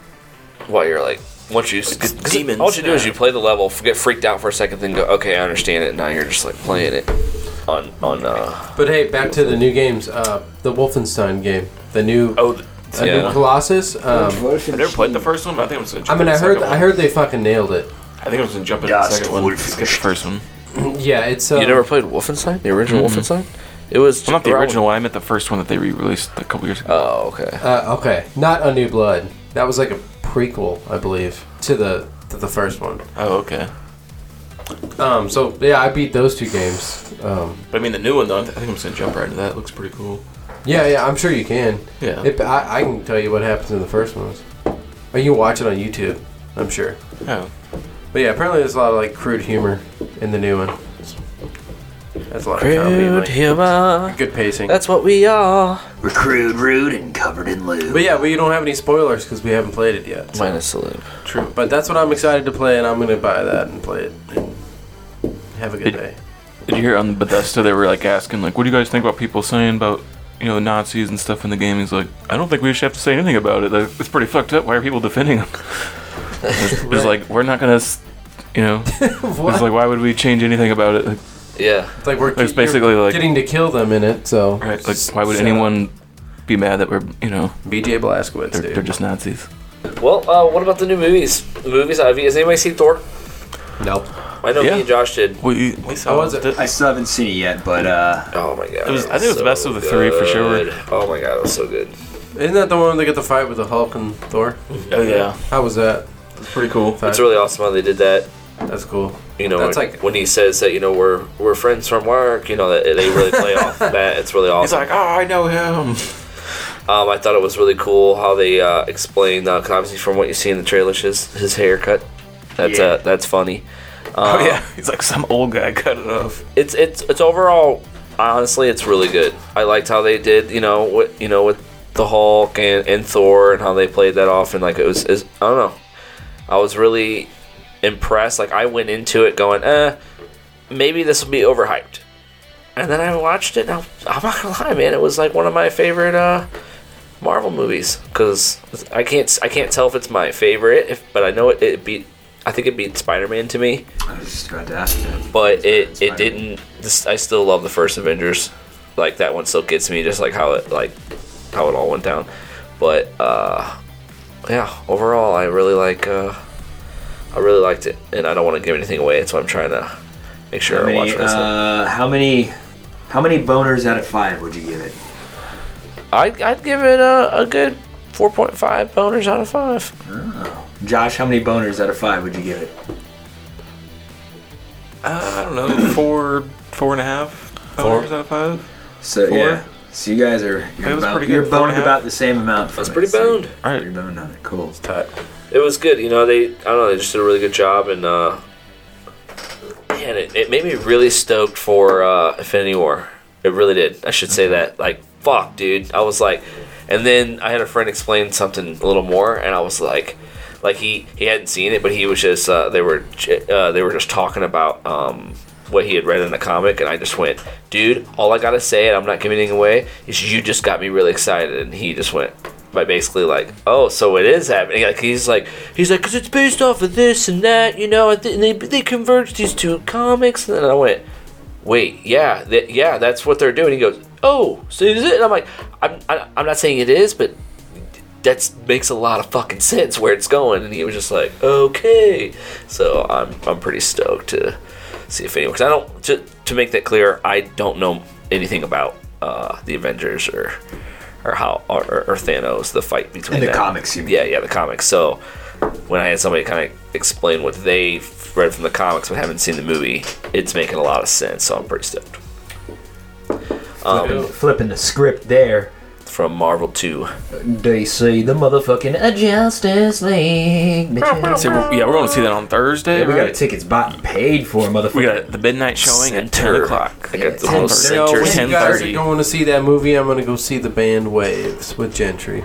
[SPEAKER 5] While you're like, once you cause
[SPEAKER 6] demons,
[SPEAKER 5] all you do is
[SPEAKER 6] yeah.
[SPEAKER 5] you play the level, f- get freaked out for a second, then go, okay, I understand it. Now you're just like playing it on on uh
[SPEAKER 2] But hey, back to the new games. Uh, the Wolfenstein game, the new,
[SPEAKER 6] Oh, th-
[SPEAKER 2] a
[SPEAKER 5] yeah.
[SPEAKER 2] new Colossus. Um,
[SPEAKER 6] I never played the first one, but I think I'm just gonna
[SPEAKER 2] I
[SPEAKER 6] jump
[SPEAKER 2] mean,
[SPEAKER 6] in
[SPEAKER 2] I
[SPEAKER 6] the
[SPEAKER 2] heard
[SPEAKER 6] second
[SPEAKER 2] I
[SPEAKER 6] one.
[SPEAKER 2] heard they fucking nailed it.
[SPEAKER 6] I think I'm just gonna jump into the
[SPEAKER 7] Dust
[SPEAKER 6] second one.
[SPEAKER 7] Wolf.
[SPEAKER 6] Skip the first one.
[SPEAKER 2] Yeah, it's. Uh,
[SPEAKER 5] You never played Wolfenstein, the original Wolfenstein? It was
[SPEAKER 6] Well, not the
[SPEAKER 5] around-
[SPEAKER 6] original one. I meant the first one that they re-released a couple years ago.
[SPEAKER 5] Oh, okay.
[SPEAKER 2] Uh, okay, not a new blood. That was like a prequel, I believe, to the to the first one.
[SPEAKER 6] oh, okay.
[SPEAKER 2] Um, so yeah, I beat those two games. Um,
[SPEAKER 6] But I mean, the new one though. I th- I think I'm just gonna jump right into that. It looks pretty cool.
[SPEAKER 2] yeah, yeah, I'm sure you can.
[SPEAKER 6] Yeah.
[SPEAKER 2] It, I, I can tell you what happens in the first ones. Or you can watch it on YouTube. I'm sure.
[SPEAKER 6] Oh,
[SPEAKER 2] But yeah, apparently there's a lot of like crude humor in the new one. That's a lot of comedy. and,
[SPEAKER 5] Rude
[SPEAKER 2] like,
[SPEAKER 5] humor.
[SPEAKER 2] good pacing.
[SPEAKER 5] That's what we are.
[SPEAKER 7] We're crude, rude, and covered in lube.
[SPEAKER 2] but yeah, we don't have any spoilers because we haven't played it yet. so-
[SPEAKER 5] Minus the loop.
[SPEAKER 6] true.
[SPEAKER 2] But that's what I'm excited to play, and I'm gonna buy that and play it. And have a good
[SPEAKER 6] Did-
[SPEAKER 2] day.
[SPEAKER 6] Did you hear on Bethesda they were like asking like, what do you guys think about people saying about you know Nazis and stuff in the game? He's like, I don't think we should have to say anything about it. Like, It's pretty fucked up. Why are people defending them? It's it's like we're not gonna, s- you know. It's like why would we change anything about it? Like,
[SPEAKER 5] Yeah.
[SPEAKER 2] It's like we're
[SPEAKER 6] It's
[SPEAKER 2] you're
[SPEAKER 6] basically like-
[SPEAKER 2] getting to kill them in it. So
[SPEAKER 6] right? Like why would anyone be mad that we're you know
[SPEAKER 2] BJ Blazkowicz,
[SPEAKER 6] they're,
[SPEAKER 2] dude.
[SPEAKER 6] they're just Nazis?
[SPEAKER 5] Well, uh, what about the new movies? The movies. Uh, have you- has anybody seen Thor?
[SPEAKER 2] nope.
[SPEAKER 5] I know
[SPEAKER 6] Yeah.
[SPEAKER 5] me and Josh did.
[SPEAKER 6] We we saw
[SPEAKER 2] was it?
[SPEAKER 4] I still haven't seen it yet, but uh,
[SPEAKER 5] Oh my god.
[SPEAKER 6] It was- I think it was the best of the three for sure.
[SPEAKER 5] good. Oh my god, it was so good.
[SPEAKER 2] Isn't that the one they get the fight with the Hulk and Thor?
[SPEAKER 6] Oh yeah,
[SPEAKER 2] How was that?
[SPEAKER 6] it's pretty cool.
[SPEAKER 5] It's really awesome how they did that.
[SPEAKER 2] That's cool.
[SPEAKER 5] you know,
[SPEAKER 2] That's
[SPEAKER 5] when,
[SPEAKER 2] like-
[SPEAKER 5] when he says that, you know, we're we're friends from work, you know, that they really play
[SPEAKER 2] *laughs*
[SPEAKER 5] off that. It's really
[SPEAKER 6] He's
[SPEAKER 5] awesome.
[SPEAKER 6] like, oh, I know him.
[SPEAKER 5] um, I thought it was really cool how they uh, explained, uh, 'cause obviously from what you see in the trailers, his his haircut. That's uh, that's funny. Uh,
[SPEAKER 6] Oh yeah, *laughs* he's like some old guy cut it off.
[SPEAKER 5] it's it's it's overall honestly it's really good i liked how they did you know what you know with the hulk and, and thor and how they played that off and like it was, is i don't know i was really impressed like i went into it going uh maybe this will be overhyped and then i watched it and I'm, I'm not gonna lie man it was like one of my favorite uh marvel movies because i can't i can't tell if it's my favorite if, but i know it, it beat i think it beat spider-man to me
[SPEAKER 4] I was just about to ask that.
[SPEAKER 5] but it it
[SPEAKER 4] Spider-Man.
[SPEAKER 5] didn't. This, I still love the first Avengers. Like that one still gets me, just like how it like how it all went down. But uh, yeah, overall, I really like. Uh, I really liked it, and I don't want to give anything away. That's why I'm trying to make sure
[SPEAKER 4] How
[SPEAKER 5] I watch
[SPEAKER 4] many,
[SPEAKER 5] this.
[SPEAKER 4] uh, how many? How many boners out of five would you give it?
[SPEAKER 5] I'd, I'd give it a, a good 4.5 boners out of five.
[SPEAKER 4] Josh, how many boners out of five would you give it?
[SPEAKER 6] Uh, I don't know, four, four and a half.
[SPEAKER 2] Four.
[SPEAKER 6] Four out of five.
[SPEAKER 4] So yeah. So you guys are
[SPEAKER 6] It
[SPEAKER 4] you're,
[SPEAKER 6] was
[SPEAKER 4] about,
[SPEAKER 6] pretty good,
[SPEAKER 4] you're
[SPEAKER 6] four and a
[SPEAKER 4] boned
[SPEAKER 6] half.
[SPEAKER 4] about the same amount. From
[SPEAKER 5] That's
[SPEAKER 4] it,
[SPEAKER 5] pretty
[SPEAKER 4] so
[SPEAKER 5] boned.
[SPEAKER 6] All
[SPEAKER 4] Pretty
[SPEAKER 6] right.
[SPEAKER 4] boned on it. Cool.
[SPEAKER 5] It was good. You know, they I don't know, they just did a really good job, and uh, man, it, it made me really stoked for uh, Infinity War. It really did. I should say that. Like, fuck, dude. I was like, and then I had a friend explain something a little more, and I was like, like he he hadn't seen it, but he was just uh, they were ch- uh, they were just talking about um, what he had read in the comic, and I just went, dude, all I gotta say, and I'm not giving anything away, is you just got me really excited, and he just went. by basically like, oh, so it is happening. Like he's like, he's like, because it's based off of this and that, you know. And th- and they they converged these two comics, and then I went, wait, yeah, that yeah, that's what they're doing. He goes, oh, so is it? And I'm like, I'm I, I'm not saying it is, but that makes a lot of fucking sense where it's going. And he was just like, okay. So I'm I'm pretty stoked to see if anyone. Because I don't to to make that clear, I don't know anything about uh, the Avengers or or how or, or Thanos, the fight between
[SPEAKER 4] In the
[SPEAKER 5] them.
[SPEAKER 4] comics, you mean.
[SPEAKER 5] Yeah, yeah, the comics. So when I had somebody kind of explain what they read from the comics but haven't seen the movie, it's making a lot of sense. So I'm pretty stoked. Um,
[SPEAKER 4] Flipping the script there.
[SPEAKER 5] from Marvel to
[SPEAKER 4] They say the motherfucking Justice League. bitches.
[SPEAKER 6] So we're, yeah, we're going to see that on Thursday.
[SPEAKER 4] Yeah, we
[SPEAKER 6] right?
[SPEAKER 4] got tickets bought and paid for,
[SPEAKER 6] We
[SPEAKER 4] motherfucker.
[SPEAKER 6] got the midnight showing at
[SPEAKER 5] Center.
[SPEAKER 6] 10 o'clock.
[SPEAKER 5] I got the
[SPEAKER 4] Yeah,
[SPEAKER 5] little
[SPEAKER 6] Center.
[SPEAKER 2] No, Oh,
[SPEAKER 5] center.
[SPEAKER 2] when you guys are
[SPEAKER 6] 10:30.
[SPEAKER 2] going to see that movie, I'm gonna go see the band Waves with Gentry.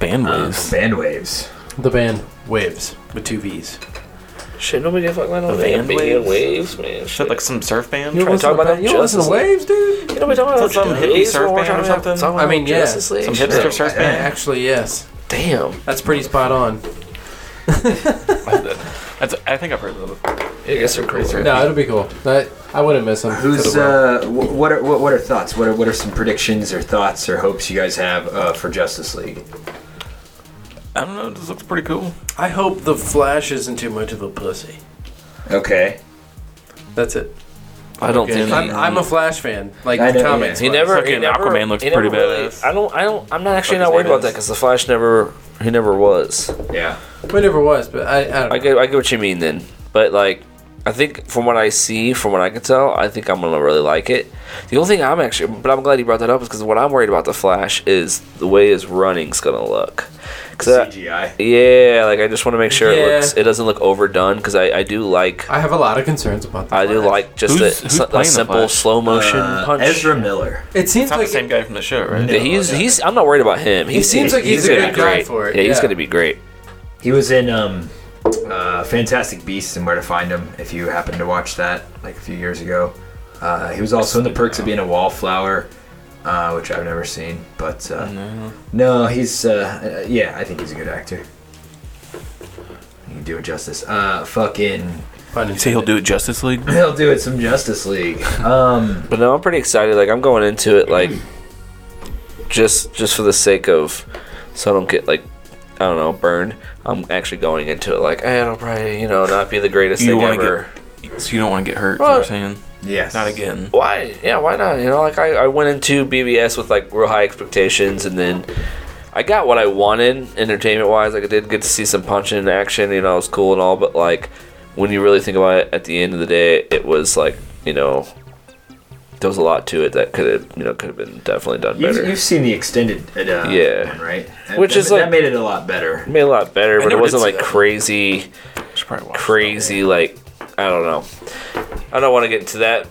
[SPEAKER 6] Bandwaves.
[SPEAKER 4] Band waves.
[SPEAKER 2] The band Waves with two V's.
[SPEAKER 5] Shit, nobody gave a fuck about no
[SPEAKER 6] Van
[SPEAKER 5] van waves?
[SPEAKER 6] waves?
[SPEAKER 5] waves, man.
[SPEAKER 6] Shit,
[SPEAKER 5] Shit,
[SPEAKER 6] like some surf band?
[SPEAKER 2] You
[SPEAKER 5] Trying to
[SPEAKER 2] listen
[SPEAKER 5] talk
[SPEAKER 2] to,
[SPEAKER 5] about
[SPEAKER 2] ba- you listen
[SPEAKER 5] Justice
[SPEAKER 2] to
[SPEAKER 5] League.
[SPEAKER 2] Waves, dude?
[SPEAKER 5] you know, we talking about
[SPEAKER 6] Some hippie
[SPEAKER 5] waves
[SPEAKER 6] surf
[SPEAKER 5] when we're
[SPEAKER 6] band or
[SPEAKER 5] talking about-
[SPEAKER 6] something?
[SPEAKER 5] talking
[SPEAKER 2] I mean,
[SPEAKER 5] about
[SPEAKER 2] yeah.
[SPEAKER 5] Justice League.
[SPEAKER 6] Some
[SPEAKER 5] Shit.
[SPEAKER 6] hipster surf band?
[SPEAKER 2] Actually, yes.
[SPEAKER 5] Damn.
[SPEAKER 2] That's pretty spot on.
[SPEAKER 6] That's, I think I've heard of them.
[SPEAKER 5] I guess they're crazy.
[SPEAKER 2] No, it'll be cool. I, I wouldn't miss them.
[SPEAKER 4] Who's uh? wh- What are what, what are thoughts? What are what are some predictions or thoughts or hopes you guys have uh, for Justice League?
[SPEAKER 6] I don't know, this looks pretty cool.
[SPEAKER 2] I hope the Flash isn't too much of a pussy.
[SPEAKER 4] Okay.
[SPEAKER 2] That's it.
[SPEAKER 5] I don't
[SPEAKER 2] Yeah,
[SPEAKER 5] think
[SPEAKER 2] I'm, I'm a Flash fan. Like
[SPEAKER 4] I know,
[SPEAKER 2] the
[SPEAKER 4] yeah.
[SPEAKER 2] comics.
[SPEAKER 5] He
[SPEAKER 2] but-
[SPEAKER 5] never.
[SPEAKER 6] Fucking
[SPEAKER 5] he never
[SPEAKER 6] Aquaman looks
[SPEAKER 5] he never
[SPEAKER 6] pretty
[SPEAKER 5] really-
[SPEAKER 6] badass.
[SPEAKER 5] I don't. I don't. I'm not actually
[SPEAKER 6] Fuck his
[SPEAKER 5] not worried
[SPEAKER 6] name
[SPEAKER 5] about that
[SPEAKER 6] is.
[SPEAKER 5] because the Flash never. He never was.
[SPEAKER 4] Yeah.
[SPEAKER 2] But it never was. But I, I don't.
[SPEAKER 5] I
[SPEAKER 2] Know.
[SPEAKER 5] get. I get what you mean then. But like, I think from what I see, from what I can tell, I think I'm gonna really like it. The only thing I'm actually, but I'm glad you brought that up, is because what I'm worried about the Flash is the way his running's gonna look. 'Cause I-
[SPEAKER 4] CGI.
[SPEAKER 5] Yeah, like I just want to make sure it
[SPEAKER 2] Yeah.
[SPEAKER 5] looks. It doesn't look overdone because I, I do like.
[SPEAKER 2] I have a lot of concerns about that.
[SPEAKER 5] I do like just
[SPEAKER 6] Who's-
[SPEAKER 5] a,
[SPEAKER 6] who's
[SPEAKER 5] a
[SPEAKER 6] playing the
[SPEAKER 5] simple
[SPEAKER 6] Flash?
[SPEAKER 5] slow motion
[SPEAKER 4] Uh,
[SPEAKER 5] punch.
[SPEAKER 4] Ezra Miller.
[SPEAKER 2] It seems
[SPEAKER 6] It's not
[SPEAKER 2] like
[SPEAKER 6] the same guy from the show, right?
[SPEAKER 5] Yeah, he's he's. I'm not worried about him. He
[SPEAKER 2] seems like he's
[SPEAKER 4] a
[SPEAKER 5] gonna
[SPEAKER 4] good
[SPEAKER 5] be
[SPEAKER 2] guy
[SPEAKER 5] great.
[SPEAKER 2] for it,
[SPEAKER 5] Yeah, he's
[SPEAKER 2] yeah.
[SPEAKER 5] gonna be great.
[SPEAKER 4] He was in um, uh, Fantastic Beasts and Where to Find Him. If you happen to watch that, like a few years ago, uh, he was also in The Perks of Being a Wallflower, uh, which I've never seen. But uh, no. he's uh, uh, yeah, I think he's a good actor. You can do it justice. Uh, fucking, *laughs*
[SPEAKER 2] Pun
[SPEAKER 6] You *laughs* say he'll do it Justice *laughs* League?
[SPEAKER 4] he'll do it some Justice
[SPEAKER 5] *laughs*
[SPEAKER 4] League. Um,
[SPEAKER 5] But no, I'm pretty excited. Like I'm going into it like just just for the sake of so I don't get like I don't know burned. I'm actually going into it like eh, it'll probably you know not be the greatest
[SPEAKER 6] You
[SPEAKER 5] thing
[SPEAKER 6] wanna
[SPEAKER 5] ever.
[SPEAKER 6] So you don't want to get hurt, is
[SPEAKER 5] Well-
[SPEAKER 6] what I'm saying?
[SPEAKER 4] yes,
[SPEAKER 6] Not again.
[SPEAKER 5] why yeah why not you know like I, I went into bbs with like real high expectations and then i got what i wanted entertainment wise like i did get to see some punching and action you know it was cool and all but like when you really think about it at the end of the day it was like you know there was a lot to it that could have you know could have been definitely done
[SPEAKER 4] You've,
[SPEAKER 5] better
[SPEAKER 4] you've seen the extended, uh,
[SPEAKER 5] Yeah.
[SPEAKER 4] one, right?
[SPEAKER 5] Which
[SPEAKER 4] that,
[SPEAKER 5] is
[SPEAKER 4] that
[SPEAKER 5] like-
[SPEAKER 4] made it a lot better.
[SPEAKER 5] it made a lot better but it
[SPEAKER 6] never did
[SPEAKER 5] wasn't
[SPEAKER 6] see
[SPEAKER 5] like
[SPEAKER 6] that.
[SPEAKER 5] crazy
[SPEAKER 6] Should probably watch
[SPEAKER 5] crazy like I don't know. I don't want to get into that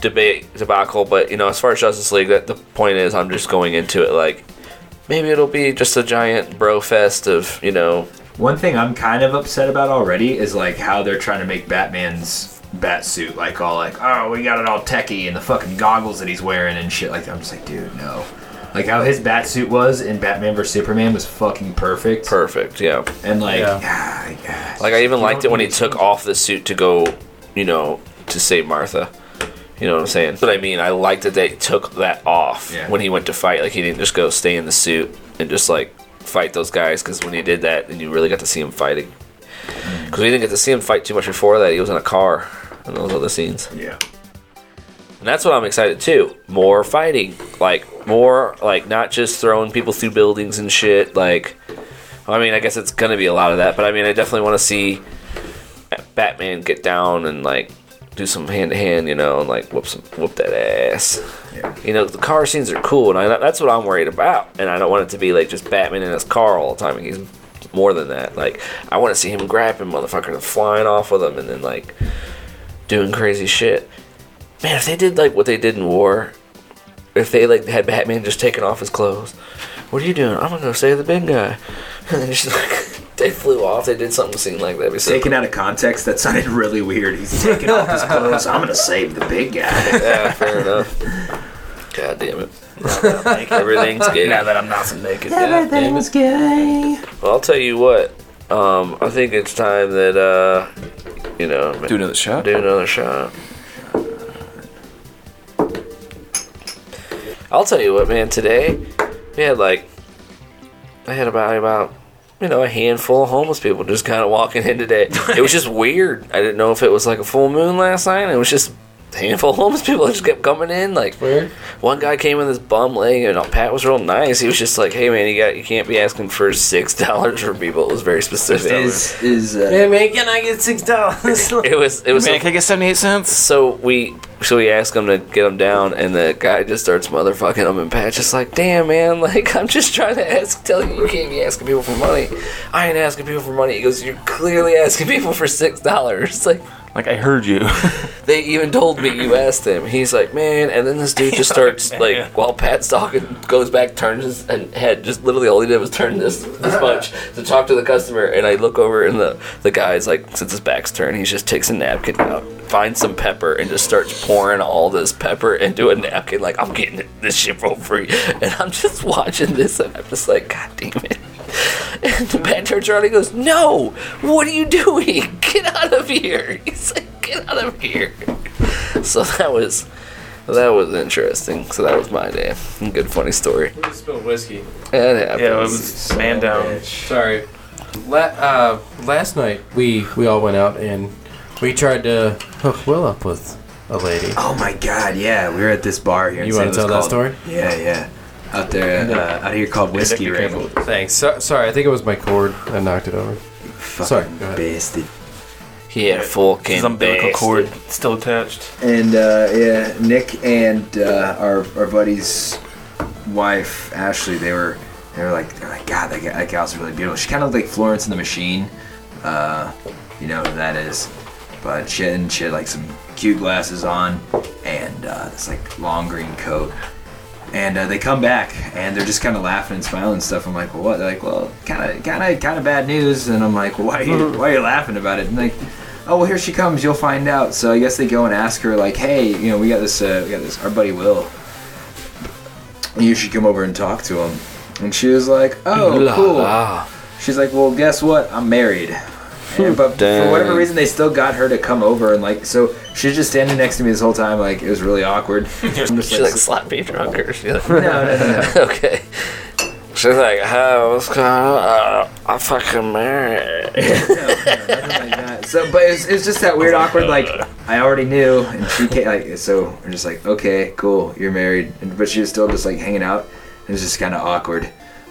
[SPEAKER 5] debate debacle, but you know, as far as Justice League, that the point is, I'm just going into it like maybe it'll be just a giant bro fest of you know
[SPEAKER 4] One thing I'm kind of upset about already is like how they're trying to make Batman's bat suit like all like oh we got it all techie and the fucking goggles that he's wearing and shit like that. I'm just like dude no. Like how his bat suit was in Batman vs Superman was fucking perfect.
[SPEAKER 5] perfect. Yeah,
[SPEAKER 4] and like
[SPEAKER 2] Yeah.
[SPEAKER 4] ah, yeah.
[SPEAKER 5] like I even liked it when he
[SPEAKER 4] need
[SPEAKER 5] took off the suit to go, you know, to save Martha. You know what I'm saying? That's what I mean. I liked that they took that off
[SPEAKER 4] Yeah.
[SPEAKER 5] when he went to fight. Like he didn't just go stay in the suit and just like fight those guys. Because when he did that, then you really got to see him fighting.
[SPEAKER 4] Mm.
[SPEAKER 5] Because we didn't get to see him fight too much before that. He was in a car and those other scenes.
[SPEAKER 4] yeah.
[SPEAKER 5] And that's what I'm excited too. More fighting, like more like not just throwing people through buildings and shit. Like, I mean, I guess it's gonna be a lot of that, but I mean, I definitely want to see Batman get down and like do some hand to hand, you know, and like whoop some whoop that ass. You know, the car scenes are cool, and I, that's what I'm worried about. And I don't want it to be like just Batman in his car all the time. And he's more than that. Like, I want to see him grabbing motherfuckers and flying off with them, and then like doing crazy shit. Man, if they did like what they did in War, if they like had Batman just taking off his clothes, what are you doing? I'm gonna go save the big guy. *laughs* And then just like *laughs* they flew off. They did something seem like that. Be so
[SPEAKER 4] Taken out of context, that sounded really weird. He's
[SPEAKER 8] *laughs*
[SPEAKER 2] *laughs*
[SPEAKER 4] taking off his clothes. I'm gonna save the big guy.
[SPEAKER 5] yeah, fair enough. God damn it.
[SPEAKER 8] now that I'm naked.
[SPEAKER 5] Everything's gay.
[SPEAKER 8] Now that I'm not so naked.
[SPEAKER 5] Everything's gay. Well, I'll tell you what. Um, I think it's time that uh, you know,
[SPEAKER 6] Do another shot.
[SPEAKER 5] do another shot. I'll tell you what, man. Today we had like I had about about you know a handful of homeless people just kind of walking in today. It was just weird. I didn't know if it was like a full moon last night. It was just a handful of homeless people that just kept coming in. Like
[SPEAKER 2] Weird.
[SPEAKER 5] one guy came in this bum leg, and uh, Pat was real nice. He was just like, "Hey man, you got you can't be asking for six dollars from people." It was very specific.
[SPEAKER 4] Is is uh,
[SPEAKER 2] Hey man, can I get six *laughs* dollars?
[SPEAKER 5] It was it was
[SPEAKER 6] Man, can I get 78 cents?
[SPEAKER 5] so we so we ask him to get him down, and the guy just starts motherfucking him, and Pat's just like, "Damn, man! *laughs* Like I'm just trying to ask, tell you, you can't be asking people for money. I ain't asking people for money." He goes, "You're clearly asking people for six dollars. *laughs* Like
[SPEAKER 6] Like, I heard you.
[SPEAKER 5] they even told me you asked them." He's like, "Man!" And then this dude just starts like, while Pat's talking, goes back, turns his and head. Just literally all he did was turn this this much to talk to the customer, and I look over, and the the guy's like, since his back's turned, he just takes a napkin out finds some pepper and just starts pouring all this pepper into a napkin. Like, I'm getting this shit for free. *laughs* And I'm just watching this and I'm just like, God damn it. And the man turns around and goes, No, what are you doing? *laughs* Get out of here. *laughs* He's like, Get out of here. So that was. That was interesting. So that was my day. Good funny story.
[SPEAKER 2] Spilled whiskey.
[SPEAKER 5] It happens.
[SPEAKER 8] Yeah, it
[SPEAKER 6] *laughs*
[SPEAKER 8] was man down.
[SPEAKER 2] Sorry. La- uh, last night we we all went out and we tried to hook Will up with a lady.
[SPEAKER 4] Oh my God! Yeah, we were at this bar here. in
[SPEAKER 2] You
[SPEAKER 4] San
[SPEAKER 2] want to tell
[SPEAKER 4] Luis
[SPEAKER 2] that
[SPEAKER 4] called-
[SPEAKER 2] story?
[SPEAKER 4] Yeah, yeah. Out there, uh, out here called Whiskey Ring.
[SPEAKER 2] Thanks. So- sorry, I think it was my cord. I knocked it over.
[SPEAKER 4] Fucking
[SPEAKER 2] Sorry, go ahead.
[SPEAKER 4] bastard.
[SPEAKER 5] He had full
[SPEAKER 8] His
[SPEAKER 5] can
[SPEAKER 8] umbilical cord still attached.
[SPEAKER 4] And uh, yeah, Nick and uh, our our buddy's wife Ashley, they were they were like they're like God, that, gal- that gal's really beautiful. She kind of looked like Florence in the Machine, uh, you know who that is. But she had, and she had like some cute glasses on and uh, this like long green coat. And uh, they come back and they're just kind of laughing and smiling and stuff. I'm like, well, what? They're like, well, kind of, kind of, kind of bad news. And I'm like,
[SPEAKER 5] *laughs*
[SPEAKER 4] why are you, why are you laughing about it? And like, oh, well, here she comes. You'll find out. So I guess they go and ask her, like, hey, you know, we got this, uh, we got this, our buddy Will. You should come over and talk to him. And she was like, oh, cool. She's like, well, guess what? I'm
[SPEAKER 5] *laughs*
[SPEAKER 4] married. And, but for whatever reason, they still got her to come over and like. So she's just standing next to me this whole time. Like it was really
[SPEAKER 5] *laughs*
[SPEAKER 4] awkward. I'm just
[SPEAKER 5] She's like sloppy drunk or she
[SPEAKER 8] *laughs*
[SPEAKER 5] like,
[SPEAKER 4] no, no, no, no.
[SPEAKER 5] *laughs* okay. She's like, "Hi, what's going on? Uh, I fucking married." *laughs*
[SPEAKER 4] Nothing like that. So, but it's, it's just that weird, awkward. Like I already knew, and she came, like so. We're just like, okay, cool, you're married, and, but she was still just like hanging out. It was just kind of awkward,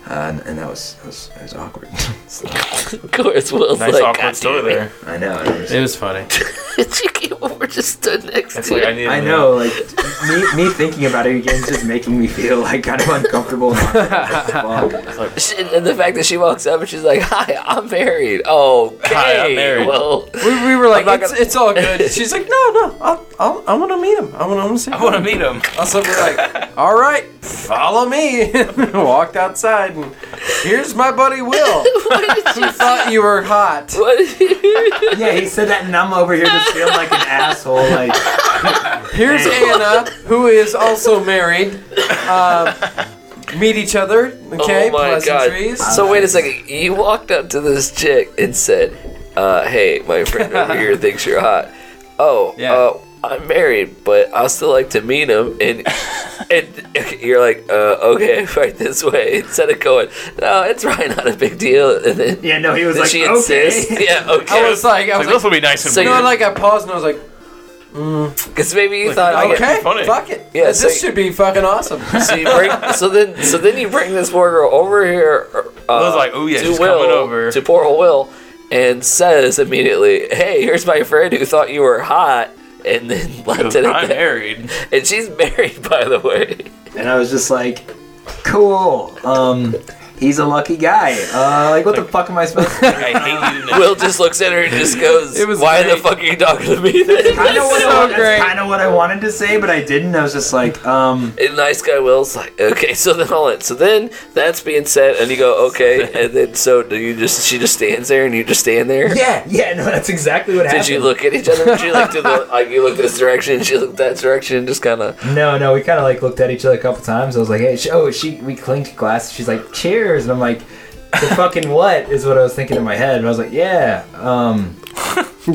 [SPEAKER 4] uh, and, and that was that was, that was awkward. *laughs* So,
[SPEAKER 5] Of course, Will's
[SPEAKER 8] Nice
[SPEAKER 5] like,
[SPEAKER 8] awkward
[SPEAKER 5] "God
[SPEAKER 8] story
[SPEAKER 5] damn it."
[SPEAKER 8] there.
[SPEAKER 4] I know. it was-
[SPEAKER 2] It was funny.
[SPEAKER 5] *laughs* she came over, just stood next
[SPEAKER 8] It's
[SPEAKER 5] to
[SPEAKER 8] like I
[SPEAKER 5] you.
[SPEAKER 8] need.
[SPEAKER 4] I know,
[SPEAKER 6] *laughs*
[SPEAKER 4] like me, me thinking about it again is just making me feel like kind of uncomfortable. And awkward.
[SPEAKER 5] *laughs*
[SPEAKER 4] Fuck.
[SPEAKER 5] She- and the fact that she walks up and she's like, "Hi, I'm married." Oh, okay.
[SPEAKER 8] Hi, I'm married.
[SPEAKER 5] Well,
[SPEAKER 2] *laughs*
[SPEAKER 5] *laughs* oh
[SPEAKER 2] We, we were like,
[SPEAKER 5] not
[SPEAKER 2] it's,
[SPEAKER 5] gonna-
[SPEAKER 2] it's all good. She's like, no, no, I'll, I'll, I want to meet him. I want to see him.
[SPEAKER 8] I want to meet him.
[SPEAKER 2] *laughs* Also, we're like, all right, follow me. *laughs* Walked outside, and here's my buddy Will. Who thought you were hot?
[SPEAKER 4] Yeah, he said that, and I'm over here just feeling like an asshole. Like,
[SPEAKER 2] Here's Anna, who is also married. Uh, meet each other, okay?
[SPEAKER 5] oh my god.
[SPEAKER 2] pleasantries.
[SPEAKER 5] So wait a second. You walked up to this chick and said, uh, "Hey, my friend
[SPEAKER 2] *laughs*
[SPEAKER 5] over here thinks you're hot." Oh,
[SPEAKER 2] Yeah.
[SPEAKER 5] uh, I'm married, but I still like to meet him.
[SPEAKER 2] *laughs*
[SPEAKER 5] And and you're like, uh, "Okay, *laughs* right this way." Instead of going, "No, it's probably not a big deal." And then,
[SPEAKER 4] yeah, no, he was
[SPEAKER 5] then
[SPEAKER 4] like,
[SPEAKER 5] she
[SPEAKER 4] okay.
[SPEAKER 5] insists. Yeah,
[SPEAKER 2] I
[SPEAKER 5] okay.
[SPEAKER 2] was like,
[SPEAKER 8] Like,
[SPEAKER 2] I was like,
[SPEAKER 8] this will be nice and so
[SPEAKER 5] So you-
[SPEAKER 2] no, like I paused and I was like,
[SPEAKER 5] Because maybe you thought, okay.
[SPEAKER 2] okay,
[SPEAKER 8] funny.
[SPEAKER 2] fuck it.
[SPEAKER 5] Yeah,
[SPEAKER 2] this
[SPEAKER 5] so-
[SPEAKER 2] should be fucking
[SPEAKER 5] *laughs*
[SPEAKER 2] awesome. *laughs*
[SPEAKER 5] So you bring, so then, so then you bring this poor girl over here. Uh, I
[SPEAKER 8] was like, "Oh, yeah, she's coming over."
[SPEAKER 5] to poor old Will, and says immediately, "Hey, here's my friend who thought you were hot." And then *laughs* left it at
[SPEAKER 8] I'm
[SPEAKER 5] that.
[SPEAKER 8] *laughs* married.
[SPEAKER 5] And she's married, by the way. *laughs*
[SPEAKER 4] And I was just like, cool. Um, He's a lucky guy. Uh, like, what the fuck am I supposed *laughs* to do?
[SPEAKER 5] I hate you. Will just looks at her and just goes, "Why the fuck are you talking to me?" Then?
[SPEAKER 4] I know what
[SPEAKER 3] so
[SPEAKER 4] I, wa-
[SPEAKER 3] great.
[SPEAKER 4] that's kind of what I wanted to say, but I didn't. I was just like, um,
[SPEAKER 5] *laughs* And nice guy Will's like, "Okay, so then all it. So then that's being said, and you go, "Okay,"
[SPEAKER 8] *laughs*
[SPEAKER 5] and then so do you just? She just stands there, and you just stand there.
[SPEAKER 4] yeah, yeah, no, that's exactly what happened.
[SPEAKER 5] Did you look at each other? Did you like
[SPEAKER 4] *laughs*
[SPEAKER 5] to the like you looked this direction, and she looked that direction, and just kind of
[SPEAKER 4] No, no, we kind of like looked at each other a couple times. I was like, hey, sh- oh, she, we clinked glasses. She's like, cheers. And I'm like, *laughs* the fucking what is what I was thinking in my head. And I was like, yeah, um,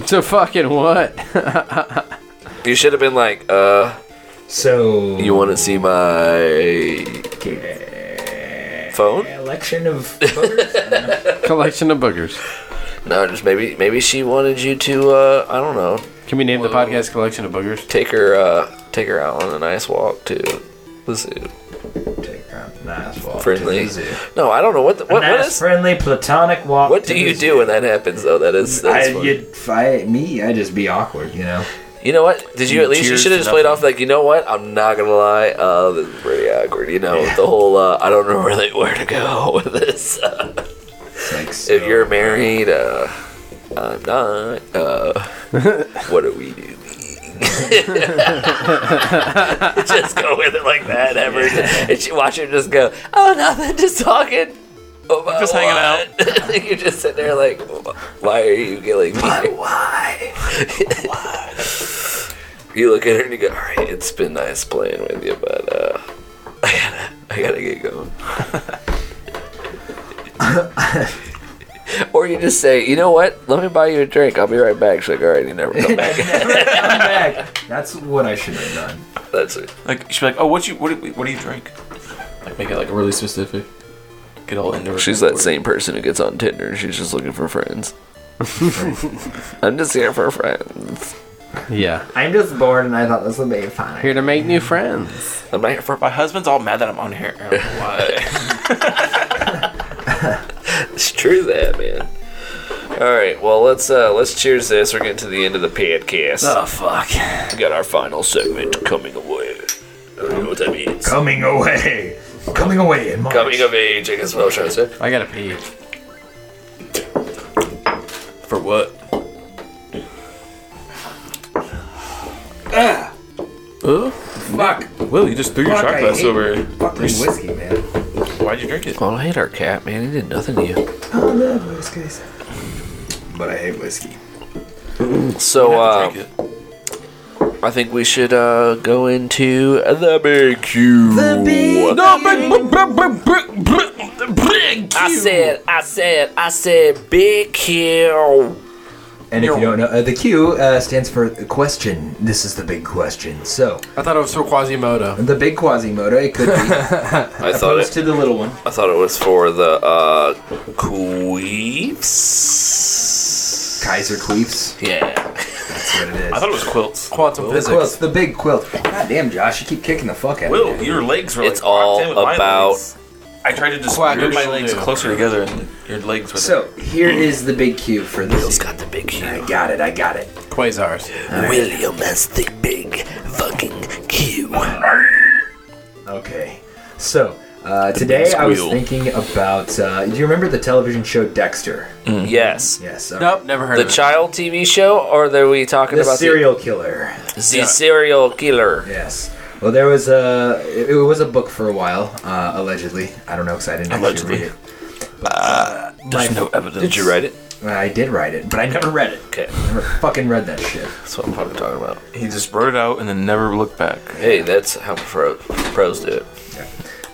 [SPEAKER 2] to fucking what?
[SPEAKER 5] you should have been like, "Uh,
[SPEAKER 4] so.
[SPEAKER 5] you want to see my phone?"
[SPEAKER 4] Election of
[SPEAKER 5] *laughs*
[SPEAKER 4] voters?
[SPEAKER 2] Collection of boogers.
[SPEAKER 5] No, just maybe maybe she wanted you to uh, I don't know
[SPEAKER 2] Can we name the podcast Collection of Boogers?
[SPEAKER 5] take her uh, take her out on a nice walk to the zoo.
[SPEAKER 4] Take her out. Nice walk to
[SPEAKER 5] Friendly.
[SPEAKER 4] the zoo.
[SPEAKER 5] No, I don't know what the, what, what
[SPEAKER 4] nice
[SPEAKER 5] is
[SPEAKER 4] friendly platonic walk.
[SPEAKER 5] what
[SPEAKER 4] to
[SPEAKER 5] do
[SPEAKER 4] the
[SPEAKER 5] you
[SPEAKER 4] zoo.
[SPEAKER 5] do when that happens though? That is that's
[SPEAKER 4] I,
[SPEAKER 5] fun.
[SPEAKER 4] you, I, me, I just be awkward, you know.
[SPEAKER 5] You know what? Did you at least you
[SPEAKER 8] Cheers
[SPEAKER 5] should have just
[SPEAKER 8] to
[SPEAKER 5] played off like you know what? I'm not gonna lie, uh, this is pretty awkward. You know the whole uh, I don't know really where to go *laughs* with this. Uh,
[SPEAKER 4] It's like, so,
[SPEAKER 5] *laughs* if you're married, uh, I'm not. Uh, what do we do? just go with it like *laughs* that. Ever and she watch her just go. Oh, nothing. Just talking. About
[SPEAKER 8] Just hanging
[SPEAKER 5] out. you're just sitting there *laughs* like, why are you killing me? Why? Why? *laughs* you look at her and you go, all right, it's been nice playing with you, but uh, I gotta, I gotta get *laughs* going. Or you just say, you know what? Let me buy you a drink. I'll be right back. She's like, all right, you never come *laughs* back.
[SPEAKER 4] I'm back. That's what I should have done.
[SPEAKER 5] That's it.
[SPEAKER 6] Like she'd be like, "Oh, what you what do, you- what do you drink?" Like make it like really specific. Get all into her.
[SPEAKER 5] She's that same person who gets on Tinder. She's just looking for friends. *laughs* I'm just here for friends.
[SPEAKER 2] Yeah.
[SPEAKER 4] I'm just bored, and I thought this would be fun.
[SPEAKER 2] Here to make new friends.
[SPEAKER 5] I'm not here for.
[SPEAKER 6] My husband's all mad that I'm on here. I don't know why.
[SPEAKER 5] It's true that man. All right, well let's uh let's cheers this. We're getting to the end of the podcast.
[SPEAKER 6] oh fuck.
[SPEAKER 5] We got our final segment coming away. I don't know what that means.
[SPEAKER 4] Coming away, coming away in March.
[SPEAKER 5] Coming of age, I guess what I was trying to say.
[SPEAKER 2] I gotta pee.
[SPEAKER 5] For what?
[SPEAKER 4] Fuck,
[SPEAKER 6] Will, you just threw your
[SPEAKER 4] Fuck, I
[SPEAKER 6] shot glass
[SPEAKER 4] hate
[SPEAKER 6] over.
[SPEAKER 4] fucking whiskey, man.
[SPEAKER 6] Why'd you drink it?
[SPEAKER 5] Well, I hate our cat, man. He did nothing to you.
[SPEAKER 4] I love whiskeys, but I hate whiskey.
[SPEAKER 5] So uh,
[SPEAKER 6] Drink it.
[SPEAKER 5] I think we should uh go into the big Q. The big I said, I said, I said, big Q.
[SPEAKER 4] And if you don't know, uh, the Q uh, stands for question. This is the big question. So
[SPEAKER 2] I thought it was for Quasimodo.
[SPEAKER 4] the big Quasimodo, it could be
[SPEAKER 5] *laughs* I thought
[SPEAKER 4] opposed
[SPEAKER 5] it.
[SPEAKER 4] to the little one.
[SPEAKER 5] I thought it was for the uh, queefs.
[SPEAKER 4] Kaiser Queefs.
[SPEAKER 5] Yeah.
[SPEAKER 4] That's what it
[SPEAKER 8] *laughs*
[SPEAKER 4] is.
[SPEAKER 8] I thought it was quilts.
[SPEAKER 2] Quantum
[SPEAKER 4] the
[SPEAKER 2] physics.
[SPEAKER 4] quilts, the big quilt. God damn, Josh, you keep kicking the fuck out
[SPEAKER 8] Will,
[SPEAKER 4] of me.
[SPEAKER 8] your legs were
[SPEAKER 5] It's
[SPEAKER 8] like locked
[SPEAKER 5] all
[SPEAKER 8] in with my
[SPEAKER 5] about-
[SPEAKER 8] legs. I tried to just
[SPEAKER 2] Quack,
[SPEAKER 8] move my
[SPEAKER 2] you'll
[SPEAKER 8] legs
[SPEAKER 2] do.
[SPEAKER 8] closer together, and your legs were.
[SPEAKER 4] So here is the big Q for
[SPEAKER 5] Will's
[SPEAKER 4] this.
[SPEAKER 5] got the big
[SPEAKER 4] I
[SPEAKER 5] Q.
[SPEAKER 4] got it. I got it.
[SPEAKER 2] Quasars.
[SPEAKER 5] William has the big fucking Q.
[SPEAKER 4] Okay. So uh, today I was
[SPEAKER 5] squeal.
[SPEAKER 4] thinking about. Uh, do you remember the television show Dexter?
[SPEAKER 5] Yes.
[SPEAKER 4] Yes. uh,
[SPEAKER 2] Nope, never heard
[SPEAKER 5] The
[SPEAKER 2] of it.
[SPEAKER 5] child TV show, or are we talking
[SPEAKER 4] The
[SPEAKER 5] about
[SPEAKER 4] serial killer.
[SPEAKER 5] the, the serial killer?
[SPEAKER 4] Yes. Well, there was a. It, it was a book for a while, uh, allegedly. I don't know because I didn't
[SPEAKER 6] Allegedly.
[SPEAKER 4] actually read it. But, uh,
[SPEAKER 6] There's
[SPEAKER 4] my-
[SPEAKER 6] no evidence.
[SPEAKER 5] Did you write it?
[SPEAKER 4] I did write it, but I never read it.
[SPEAKER 5] Okay,
[SPEAKER 4] I never fucking read that shit.
[SPEAKER 5] that's what I'm probably talking about.
[SPEAKER 6] He just wrote it out and then never looked back.
[SPEAKER 5] Hey, that's how pro, pros do it.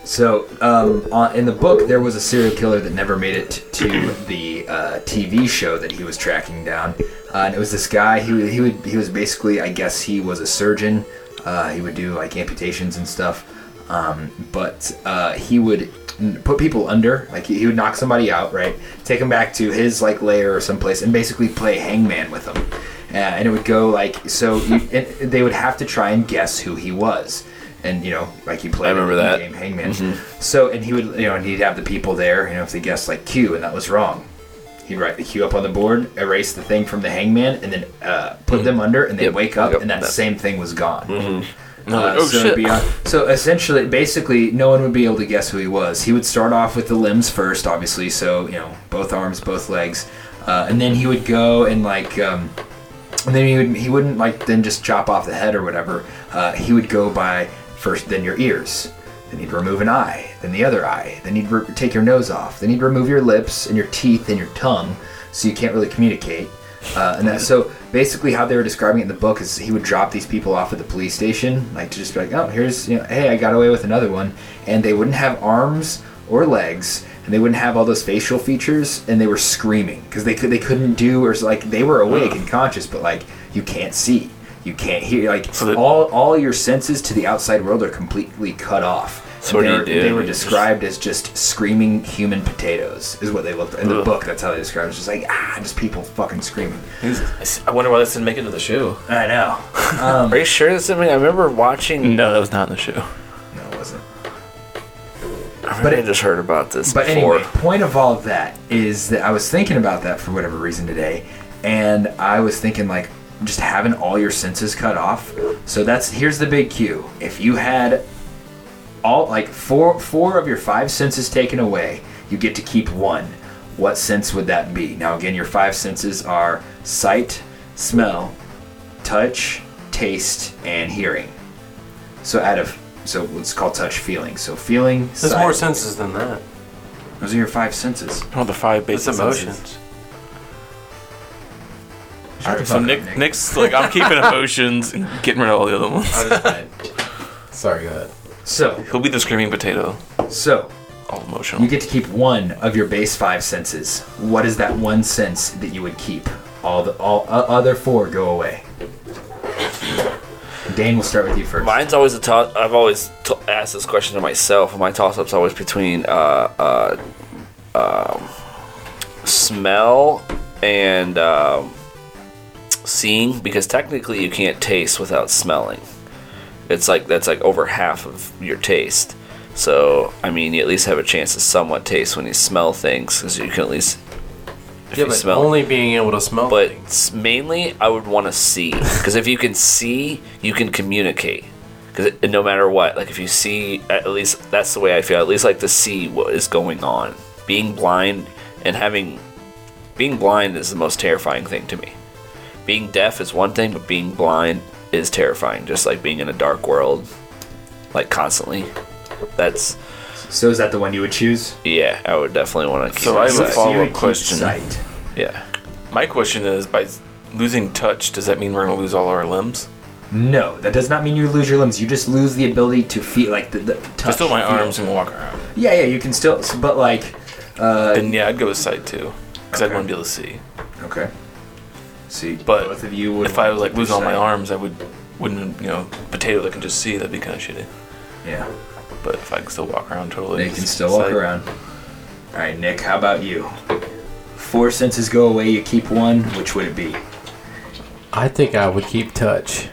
[SPEAKER 4] So, um, on, in the book, there was a serial killer that never made it to the uh, TV show that he was tracking down, uh, and it was this guy. He wa- he would he was basically, I guess, he was a surgeon. Uh, he would do like amputations and stuff, um, but uh, he would n- put people under. Like he, he would knock somebody out, right? Take him back to his like lair or someplace, and basically play hangman with them. Uh, and it would go like so. You, and they would have to try and guess who he was. And you know, like he played.
[SPEAKER 5] I remember
[SPEAKER 4] in the
[SPEAKER 5] that. Mm-hmm.
[SPEAKER 4] game Hangman. So, and he would, you know, and he'd have the people there, you know, if they guessed like Q and that was wrong, he'd write the Q up on the board, erase the thing from the Hangman, and then uh, put them under, and they would
[SPEAKER 5] Mm-hmm. Yep,
[SPEAKER 4] wake up,
[SPEAKER 5] yep,
[SPEAKER 4] and that,
[SPEAKER 5] that- Mm-hmm.
[SPEAKER 4] same thing was gone.
[SPEAKER 6] And I was like, oh
[SPEAKER 4] so
[SPEAKER 6] shit.
[SPEAKER 4] beyond- so essentially, basically, no one would be able to guess who he was. He would start off with the limbs first, obviously. So you know, both arms, both legs, uh, and then he would go and like, um, and then he would he wouldn't like then just chop off the head or whatever. Uh, he would go by first, then your ears. Then he'd remove an eye, then the other eye. Then he'd re- take your nose off. Then he'd remove your lips and your teeth and your tongue, so you can't really communicate. Uh, and that, so basically, how they were describing it in the book is he would drop these people off at the police station, like to just be like, "Oh, here's you know, hey, I got away with another one," and they wouldn't have arms or legs, and they wouldn't have all those facial features, and they were screaming because they could they couldn't do or like they were awake and conscious, but like you can't see, you can't hear, like
[SPEAKER 6] that-
[SPEAKER 4] all all your senses to the outside world are completely cut off.
[SPEAKER 5] So what do
[SPEAKER 4] they,
[SPEAKER 5] you
[SPEAKER 4] were-
[SPEAKER 5] do?
[SPEAKER 4] they were
[SPEAKER 5] You just-
[SPEAKER 4] described as just screaming human potatoes is what they looked in the book. That's how they described it. It's just like ah, just people fucking screaming.
[SPEAKER 8] I wonder why this didn't make it to the show. *laughs*
[SPEAKER 4] I know.
[SPEAKER 5] Are you sure that's something I remember watching?
[SPEAKER 6] no, that was not in the show.
[SPEAKER 4] No, it wasn't.
[SPEAKER 5] I but I
[SPEAKER 4] it-
[SPEAKER 5] just heard about this
[SPEAKER 4] But
[SPEAKER 5] before.
[SPEAKER 4] anyway, point of all of that is that I was thinking about that for whatever reason today, and I was thinking like just having all your senses cut off. So that's here's the big cue. If you had all like four four of your five senses taken away, you get to keep one. What sense would that be? Now again, your five senses are sight, smell, touch, taste, and hearing. So out of so it's called touch feeling. So feeling.
[SPEAKER 2] There's
[SPEAKER 4] sight-
[SPEAKER 2] more senses than that.
[SPEAKER 4] Those are your five senses.
[SPEAKER 6] Oh, the five
[SPEAKER 2] It's
[SPEAKER 6] basic senses.
[SPEAKER 2] emotions.
[SPEAKER 6] All right, so Nick, Nick's like, I'm keeping emotions and getting rid of all the
[SPEAKER 8] *laughs*
[SPEAKER 6] other ones.
[SPEAKER 2] Sorry, go ahead.
[SPEAKER 4] So,
[SPEAKER 6] He'll be the screaming potato,
[SPEAKER 4] so
[SPEAKER 6] all
[SPEAKER 4] you
[SPEAKER 6] emotional.
[SPEAKER 4] get to keep one of your base five senses. What is that one sense that you would keep? All the all uh, other four go away. Dane, we'll start with you first.
[SPEAKER 5] Mine's always a toss. I've always t- asked this question to myself, and my toss-up's always between uh, uh, um, smell and um, seeing, because technically you can't taste without smelling. It's like that's like over half of your taste. So I mean, you at least have a chance to somewhat taste when you smell things, because you can at least if
[SPEAKER 2] Yeah,
[SPEAKER 5] you
[SPEAKER 2] but
[SPEAKER 5] smell.
[SPEAKER 2] only being able to smell
[SPEAKER 5] but
[SPEAKER 2] things.
[SPEAKER 5] s- mainly I would want to see because if you can see, you can communicate. Because no matter what, like if you see, at least that's the way I feel. At least like to see what is going on. Being blind and having being blind is the most terrifying thing to me. Being deaf is one thing, but being blind is terrifying. Just like being in a dark world, like constantly. That's
[SPEAKER 4] So, is that the one you would choose?
[SPEAKER 5] yeah. I would definitely want to.
[SPEAKER 6] So I have
[SPEAKER 4] So
[SPEAKER 6] a
[SPEAKER 4] you would
[SPEAKER 6] follow-up
[SPEAKER 4] keep
[SPEAKER 6] question.
[SPEAKER 4] Sight.
[SPEAKER 5] yeah.
[SPEAKER 6] My question is, by losing touch, does that mean we're gonna lose all our limbs?
[SPEAKER 4] No, that does not mean you lose your limbs. You just lose the ability to feel like the, the touch.
[SPEAKER 6] I still my
[SPEAKER 4] feel.
[SPEAKER 6] arms and walk around.
[SPEAKER 4] Yeah, yeah, you can still, but like.
[SPEAKER 6] Then yeah, I'd go with sight too, because I'd want to be able to see.
[SPEAKER 4] Okay. See,
[SPEAKER 6] But
[SPEAKER 4] both of you would.
[SPEAKER 6] If I
[SPEAKER 4] want
[SPEAKER 6] like
[SPEAKER 4] to
[SPEAKER 6] lose all my
[SPEAKER 4] sight.
[SPEAKER 6] arms, I would wouldn't you know potato that can just see. That'd be kind of shitty.
[SPEAKER 4] Yeah.
[SPEAKER 6] But if I can still walk around totally,
[SPEAKER 4] They can
[SPEAKER 6] just
[SPEAKER 4] still walk
[SPEAKER 6] sight.
[SPEAKER 4] around. All right, Nick, how about you? Four senses go away, you keep one. Which would it be?
[SPEAKER 2] I think I would keep touch.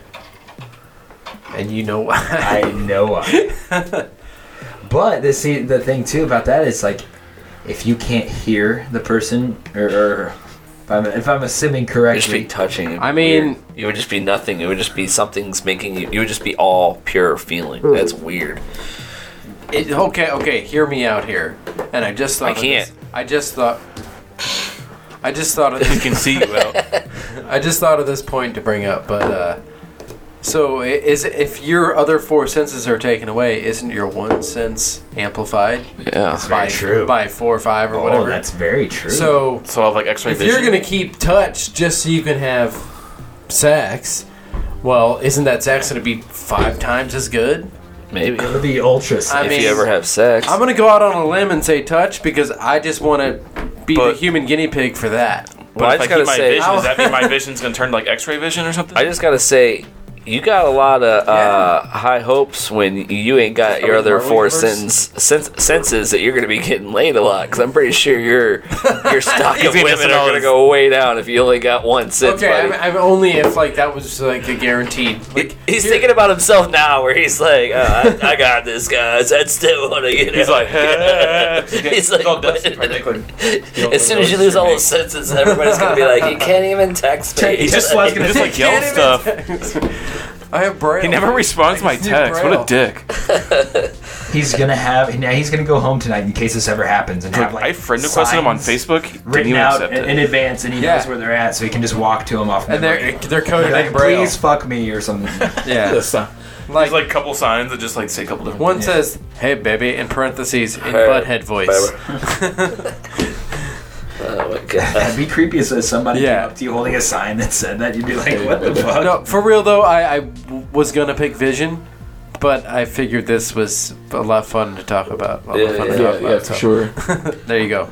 [SPEAKER 2] And you know why?
[SPEAKER 4] I know. I. but the see the thing too about that is like, if you can't hear the person, or, or if, I'm, if I'm assuming
[SPEAKER 5] It'd just be
[SPEAKER 4] correctly,
[SPEAKER 5] touching. It'd
[SPEAKER 2] I
[SPEAKER 5] be weird.
[SPEAKER 2] mean-
[SPEAKER 5] it would just be nothing. It would just be something's making you. It would just be all pure feeling.
[SPEAKER 2] Hmm.
[SPEAKER 5] That's weird.
[SPEAKER 2] It, okay, okay, hear me out here. And I just thought.
[SPEAKER 5] I
[SPEAKER 2] of
[SPEAKER 5] can't.
[SPEAKER 2] this- I just thought. I just thought of
[SPEAKER 6] He
[SPEAKER 5] *laughs*
[SPEAKER 2] this.
[SPEAKER 6] can see you out.
[SPEAKER 2] I just thought of this point to bring up, but uh, so i- is if your other four senses are taken away, isn't your one sense amplified
[SPEAKER 6] Yeah.
[SPEAKER 2] by
[SPEAKER 4] true.
[SPEAKER 2] by four or five or
[SPEAKER 4] oh,
[SPEAKER 2] whatever?
[SPEAKER 4] that's very true.
[SPEAKER 2] so
[SPEAKER 6] So I have like X-ray
[SPEAKER 2] if
[SPEAKER 6] vision.
[SPEAKER 2] you're gonna keep touch just so you can have sex, well, isn't that sex gonna be five times as good?
[SPEAKER 5] Maybe
[SPEAKER 4] it would be ultra.
[SPEAKER 2] I
[SPEAKER 5] if
[SPEAKER 2] mean,
[SPEAKER 5] you ever have sex,
[SPEAKER 2] I'm gonna go out on a limb and say touch because I just want to be
[SPEAKER 6] But-
[SPEAKER 2] the human guinea pig for that.
[SPEAKER 5] but I just
[SPEAKER 6] if I keep
[SPEAKER 5] gotta
[SPEAKER 6] my
[SPEAKER 5] say,
[SPEAKER 6] vision, does
[SPEAKER 5] *laughs*
[SPEAKER 6] that mean my vision's gonna turn to, like X-ray vision or something?
[SPEAKER 5] I just gotta say, you got a lot of uh, high hopes when you ain't got your other
[SPEAKER 2] Marvel
[SPEAKER 5] four
[SPEAKER 2] Universe?
[SPEAKER 5] sens- sens- senses that you're gonna be getting laid a lot. Because I'm pretty sure your
[SPEAKER 6] *laughs*
[SPEAKER 5] your stock of
[SPEAKER 6] gonna
[SPEAKER 5] women
[SPEAKER 6] send
[SPEAKER 5] are
[SPEAKER 6] all
[SPEAKER 5] gonna
[SPEAKER 6] his-
[SPEAKER 5] go way down if you only got one sense.
[SPEAKER 2] Okay, I'm,
[SPEAKER 5] buddy.
[SPEAKER 2] I'm only if like that was like a guaranteed. Like,
[SPEAKER 5] He's thinking about himself now, where he's like, oh, I, I got this, guys. I still want to get
[SPEAKER 6] He's like, *laughs*
[SPEAKER 5] *laughs* He's like,
[SPEAKER 8] all
[SPEAKER 5] *laughs*
[SPEAKER 8] dusty,
[SPEAKER 5] "What?"
[SPEAKER 8] particularly.
[SPEAKER 5] as soon as you lose all those senses, everybody's gonna be like, you can't even text me.
[SPEAKER 4] He just was gonna
[SPEAKER 6] just like
[SPEAKER 4] say,
[SPEAKER 6] yell stuff.
[SPEAKER 2] I have braille.
[SPEAKER 6] He never responds to
[SPEAKER 2] I
[SPEAKER 6] my
[SPEAKER 2] just need
[SPEAKER 6] text. What
[SPEAKER 2] Braille.
[SPEAKER 6] a dick.
[SPEAKER 4] He's gonna have. Now he's gonna go home tonight in case this ever happens, and have like
[SPEAKER 6] I friend requested him on
[SPEAKER 4] signs
[SPEAKER 6] Facebook. He Didn't
[SPEAKER 4] written
[SPEAKER 6] even
[SPEAKER 4] out
[SPEAKER 6] accept
[SPEAKER 4] in,
[SPEAKER 6] it.
[SPEAKER 4] in advance, and he
[SPEAKER 2] Yeah.
[SPEAKER 4] knows where they're at, so he can just walk to them off.
[SPEAKER 2] And
[SPEAKER 4] memory.
[SPEAKER 2] they're they're coded
[SPEAKER 4] like,
[SPEAKER 2] in braille.
[SPEAKER 4] please fuck me
[SPEAKER 2] *laughs*
[SPEAKER 4] or something.
[SPEAKER 2] Yeah.
[SPEAKER 6] There's
[SPEAKER 2] Like,
[SPEAKER 6] like a couple signs that just like say a couple different.
[SPEAKER 2] one says, "Hey baby," in parentheses in
[SPEAKER 5] Hey,
[SPEAKER 2] butthead voice.
[SPEAKER 5] Oh my *laughs* god.
[SPEAKER 4] That'd be creepy as if somebody
[SPEAKER 2] Yeah.
[SPEAKER 4] came up to you holding a sign that said that. You'd be like, what the fuck?
[SPEAKER 2] No, for real though, I, I w- was gonna pick Vision, but I figured this was a lot of fun to talk about. A lot
[SPEAKER 5] Yeah,
[SPEAKER 2] of fun
[SPEAKER 5] yeah,
[SPEAKER 2] to talk about, so.
[SPEAKER 6] sure.
[SPEAKER 2] There you go.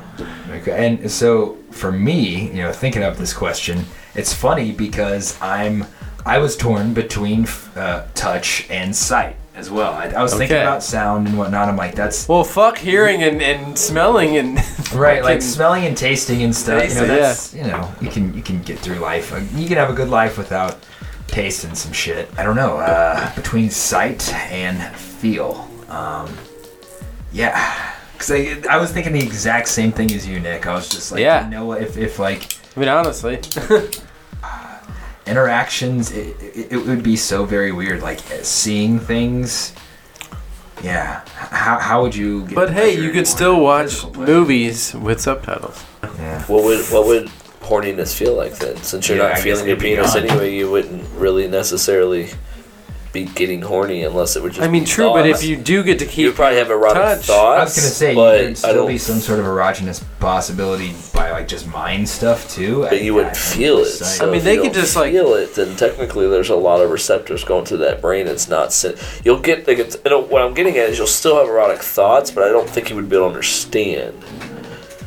[SPEAKER 4] Okay, and so for me, you know, thinking of this question, it's funny because I'm I was torn between uh, touch and sight as well. I, I was thinking
[SPEAKER 2] Okay.
[SPEAKER 4] about sound and whatnot. I'm like, that's
[SPEAKER 2] Well, fuck hearing and, and smelling and *laughs*
[SPEAKER 4] right, like
[SPEAKER 2] fucking-
[SPEAKER 4] smelling and tasting and stuff. you
[SPEAKER 2] Tasting,
[SPEAKER 4] know, that's you know, you can you can get through life. Uh, You can have a good life without tasting some shit. I don't know. Uh, between sight and feel, um, yeah. Cause I, I was thinking the exact same thing as you, Nick. I was just like,
[SPEAKER 2] Yeah.
[SPEAKER 4] you know, what, if if like
[SPEAKER 2] I mean, honestly,
[SPEAKER 4] interactions it, it, it would be so very weird like seeing things yeah how, how would you get
[SPEAKER 2] but hey,
[SPEAKER 4] pleasure
[SPEAKER 2] you
[SPEAKER 4] in
[SPEAKER 2] could
[SPEAKER 4] one
[SPEAKER 2] still watch
[SPEAKER 4] physical pleasure?
[SPEAKER 2] movies with subtitles.
[SPEAKER 4] yeah.
[SPEAKER 5] What would what would horniness feel like then? Since you're
[SPEAKER 4] Yeah, I
[SPEAKER 5] not
[SPEAKER 4] guess
[SPEAKER 5] feeling your
[SPEAKER 4] it'd be
[SPEAKER 5] penis
[SPEAKER 4] gone.
[SPEAKER 5] anyway, you wouldn't really necessarily be getting horny unless it would just.
[SPEAKER 2] I mean,
[SPEAKER 5] be
[SPEAKER 2] true, but if
[SPEAKER 5] thoughts.
[SPEAKER 2] you do get to
[SPEAKER 5] you
[SPEAKER 2] keep
[SPEAKER 5] probably have erotic
[SPEAKER 2] touch-
[SPEAKER 5] thoughts.
[SPEAKER 4] i was gonna say
[SPEAKER 5] but
[SPEAKER 4] there'd
[SPEAKER 5] I
[SPEAKER 4] still
[SPEAKER 5] don't.
[SPEAKER 4] be some sort of erogenous possibility by like just mind stuff too
[SPEAKER 5] but you wouldn't feel it. So
[SPEAKER 2] I mean,
[SPEAKER 5] if
[SPEAKER 2] they
[SPEAKER 5] you
[SPEAKER 2] could
[SPEAKER 5] don't
[SPEAKER 2] just, like-
[SPEAKER 5] feel it. Then technically, there's a lot of receptors going to that brain. It's not. Sen- you'll get like it's, you know, what I'm getting at is you'll still have erotic thoughts, but I don't think you would be able to understand.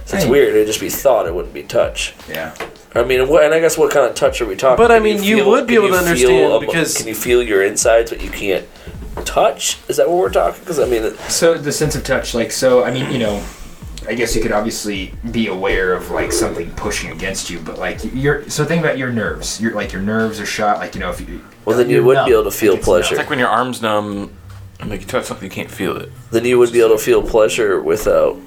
[SPEAKER 5] So it's
[SPEAKER 4] Hey.
[SPEAKER 5] weird. It'd just be thought. It wouldn't be touch.
[SPEAKER 4] yeah
[SPEAKER 5] I mean, what, and I guess what kind of touch are we talking?
[SPEAKER 2] But, I
[SPEAKER 5] Can
[SPEAKER 2] mean, you would be
[SPEAKER 5] can
[SPEAKER 2] able to
[SPEAKER 5] feel
[SPEAKER 2] understand
[SPEAKER 5] emo-
[SPEAKER 2] because-
[SPEAKER 5] can you feel your insides, but you can't touch? Is that what we're talking? Because I mean, it-
[SPEAKER 4] so the sense of touch like so i mean you know i guess you could obviously be aware of like something pushing against you but like you're so think about your nerves your like your nerves are shot like you know if you
[SPEAKER 5] well, then you
[SPEAKER 4] you're
[SPEAKER 5] would
[SPEAKER 4] numb.
[SPEAKER 5] be able to feel
[SPEAKER 4] It's numb.
[SPEAKER 5] pleasure.
[SPEAKER 6] It's like when your arms numb, and, like you touch something, you can't feel it.
[SPEAKER 5] then you would be able to feel pleasure without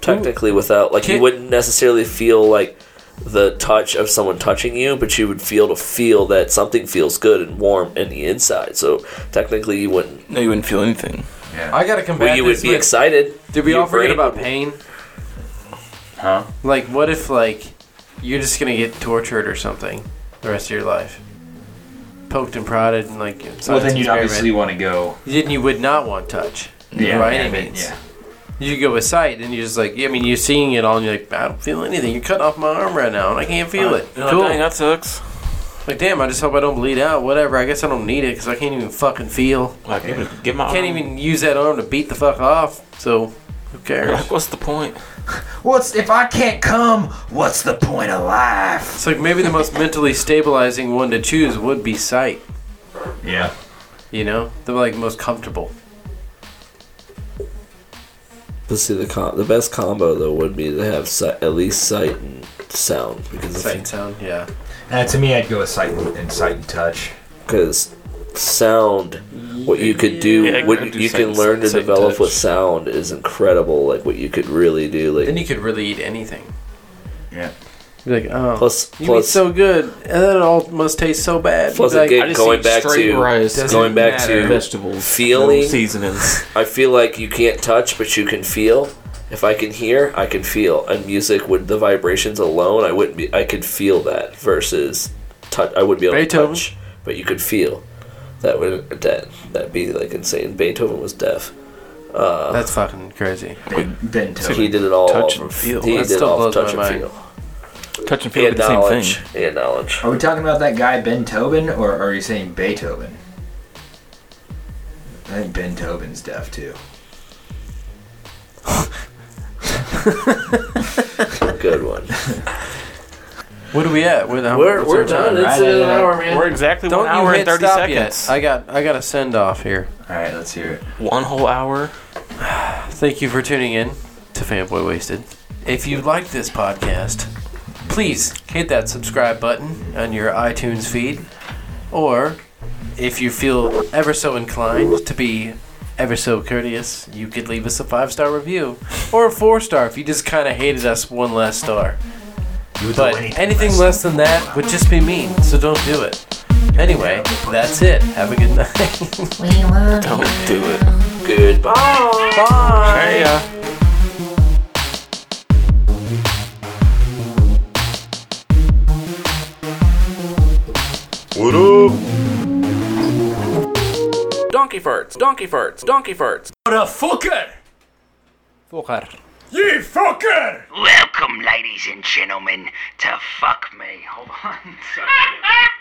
[SPEAKER 5] technically without like you
[SPEAKER 2] Can't-
[SPEAKER 5] wouldn't necessarily feel like the touch of someone touching you but you would feel to feel that something feels good and warm in the inside so technically you wouldn't
[SPEAKER 6] No, you wouldn't feel anything.
[SPEAKER 2] I gotta combat
[SPEAKER 5] well, you would
[SPEAKER 2] this
[SPEAKER 5] be
[SPEAKER 2] with-
[SPEAKER 5] excited
[SPEAKER 2] Did we
[SPEAKER 5] Your
[SPEAKER 2] all forget
[SPEAKER 5] brain
[SPEAKER 2] about
[SPEAKER 5] would-
[SPEAKER 2] pain? Huh? Like, what if like you're just gonna get tortured or something the rest of your life, poked and prodded and like. science
[SPEAKER 4] well then you'd
[SPEAKER 2] experiment.
[SPEAKER 4] obviously want to go
[SPEAKER 2] Then you would not want touch.
[SPEAKER 4] yeah,
[SPEAKER 2] by
[SPEAKER 4] yeah,
[SPEAKER 2] any
[SPEAKER 4] but-
[SPEAKER 2] means.
[SPEAKER 4] yeah.
[SPEAKER 2] You go with sight, and you're just like, I mean, you're seeing it all, and you're like, I don't feel anything. You're cutting off my arm right now, and I can't feel it.
[SPEAKER 6] You're like,
[SPEAKER 2] cool.
[SPEAKER 6] "Dang, that sucks.
[SPEAKER 2] Like, damn, I just hope I don't bleed out. Whatever. I guess I don't need it because I can't even fucking feel.
[SPEAKER 6] Like, give it- give
[SPEAKER 2] I
[SPEAKER 6] my.
[SPEAKER 2] can't
[SPEAKER 5] Um.
[SPEAKER 6] arm-
[SPEAKER 2] even use that arm to beat the fuck off. So, who cares?
[SPEAKER 5] *laughs*
[SPEAKER 6] Like, *laughs* what's the point?
[SPEAKER 4] What's if I can't come? What's the point of life?
[SPEAKER 2] It's like maybe the most mentally stabilizing one to choose would be sight.
[SPEAKER 4] Yeah.
[SPEAKER 2] You know, the like most comfortable.
[SPEAKER 5] Let's see the com- the best combo though would be to have si- at least sight and sound because if you-
[SPEAKER 2] Sight and sound, yeah.
[SPEAKER 4] Uh, to me, I'd go with sight and, and sight and touch.
[SPEAKER 5] because sound what you could do
[SPEAKER 6] Yeah, I
[SPEAKER 5] what
[SPEAKER 6] could do
[SPEAKER 5] you
[SPEAKER 6] sight-
[SPEAKER 5] can learn to
[SPEAKER 6] sight
[SPEAKER 5] develop
[SPEAKER 6] touch.
[SPEAKER 5] with sound is incredible like what you could really do
[SPEAKER 2] Then
[SPEAKER 5] like
[SPEAKER 2] you could really eat anything.
[SPEAKER 4] Yeah.
[SPEAKER 2] You're like, oh,
[SPEAKER 5] plus
[SPEAKER 2] you
[SPEAKER 5] plus-
[SPEAKER 2] eat so good, and then it all must taste so bad.
[SPEAKER 5] plus
[SPEAKER 2] You'd be
[SPEAKER 5] again
[SPEAKER 6] just
[SPEAKER 5] going
[SPEAKER 6] eat
[SPEAKER 5] back
[SPEAKER 6] straight
[SPEAKER 5] to
[SPEAKER 6] rice,
[SPEAKER 2] doesn't
[SPEAKER 5] going back
[SPEAKER 2] matter.
[SPEAKER 5] to
[SPEAKER 6] vegetables,
[SPEAKER 5] Feeling-
[SPEAKER 6] no seasonings.
[SPEAKER 5] i feel like you can't touch but you can feel if i can hear i can feel and music with the vibrations alone i wouldn't be i could feel that versus touch i would be able
[SPEAKER 2] Beethoven.
[SPEAKER 5] to touch but you could feel that would that that'd be like insane beethoven was deaf
[SPEAKER 2] That's fucking crazy.
[SPEAKER 4] Ben, ben Tobin.
[SPEAKER 5] he did it all
[SPEAKER 6] Touch
[SPEAKER 5] over-
[SPEAKER 6] and feel.
[SPEAKER 5] he
[SPEAKER 2] That
[SPEAKER 5] did it
[SPEAKER 2] still
[SPEAKER 5] all
[SPEAKER 2] blows my
[SPEAKER 5] touch and
[SPEAKER 2] mind.
[SPEAKER 5] feel
[SPEAKER 6] touch and feel
[SPEAKER 5] and
[SPEAKER 6] the same
[SPEAKER 5] knowledge.
[SPEAKER 6] thing.
[SPEAKER 5] And knowledge.
[SPEAKER 4] Are we talking about that guy Ben Tobin, or are you saying Beethoven? I think Ben Tobin's deaf too.
[SPEAKER 5] Good one.
[SPEAKER 2] What are we at? We're, how-
[SPEAKER 5] We're,
[SPEAKER 2] what's
[SPEAKER 5] we're
[SPEAKER 2] our time?
[SPEAKER 5] done. It's
[SPEAKER 4] Right
[SPEAKER 5] an
[SPEAKER 4] at it.
[SPEAKER 5] hour, man.
[SPEAKER 6] We're exactly
[SPEAKER 2] Don't
[SPEAKER 6] one hour
[SPEAKER 2] you hit
[SPEAKER 6] and thirty
[SPEAKER 2] stop
[SPEAKER 6] seconds.
[SPEAKER 2] yet. I got I got a send off here.
[SPEAKER 4] All right, let's hear it.
[SPEAKER 6] one whole hour.
[SPEAKER 2] Thank you for tuning in to Fanboy Wasted. If you like this podcast, please hit that subscribe button on your iTunes feed. Or if you feel ever so inclined to be ever so courteous, you could leave us a five star review. Or a four star if you just kind of hated us one less star.
[SPEAKER 4] You would do
[SPEAKER 2] But anything less than that would just be mean, so don't do it. Anyway, that's it. Have a good *laughs* night.
[SPEAKER 9] We love you.
[SPEAKER 6] Don't do it.
[SPEAKER 5] Goodbye.
[SPEAKER 6] Hey, uh,
[SPEAKER 5] What up?
[SPEAKER 6] donkey farts, donkey farts, donkey farts.
[SPEAKER 2] Fucker.
[SPEAKER 5] *laughs*
[SPEAKER 1] Welcome, ladies and gentlemen, to fuck me. Hold on. Sorry.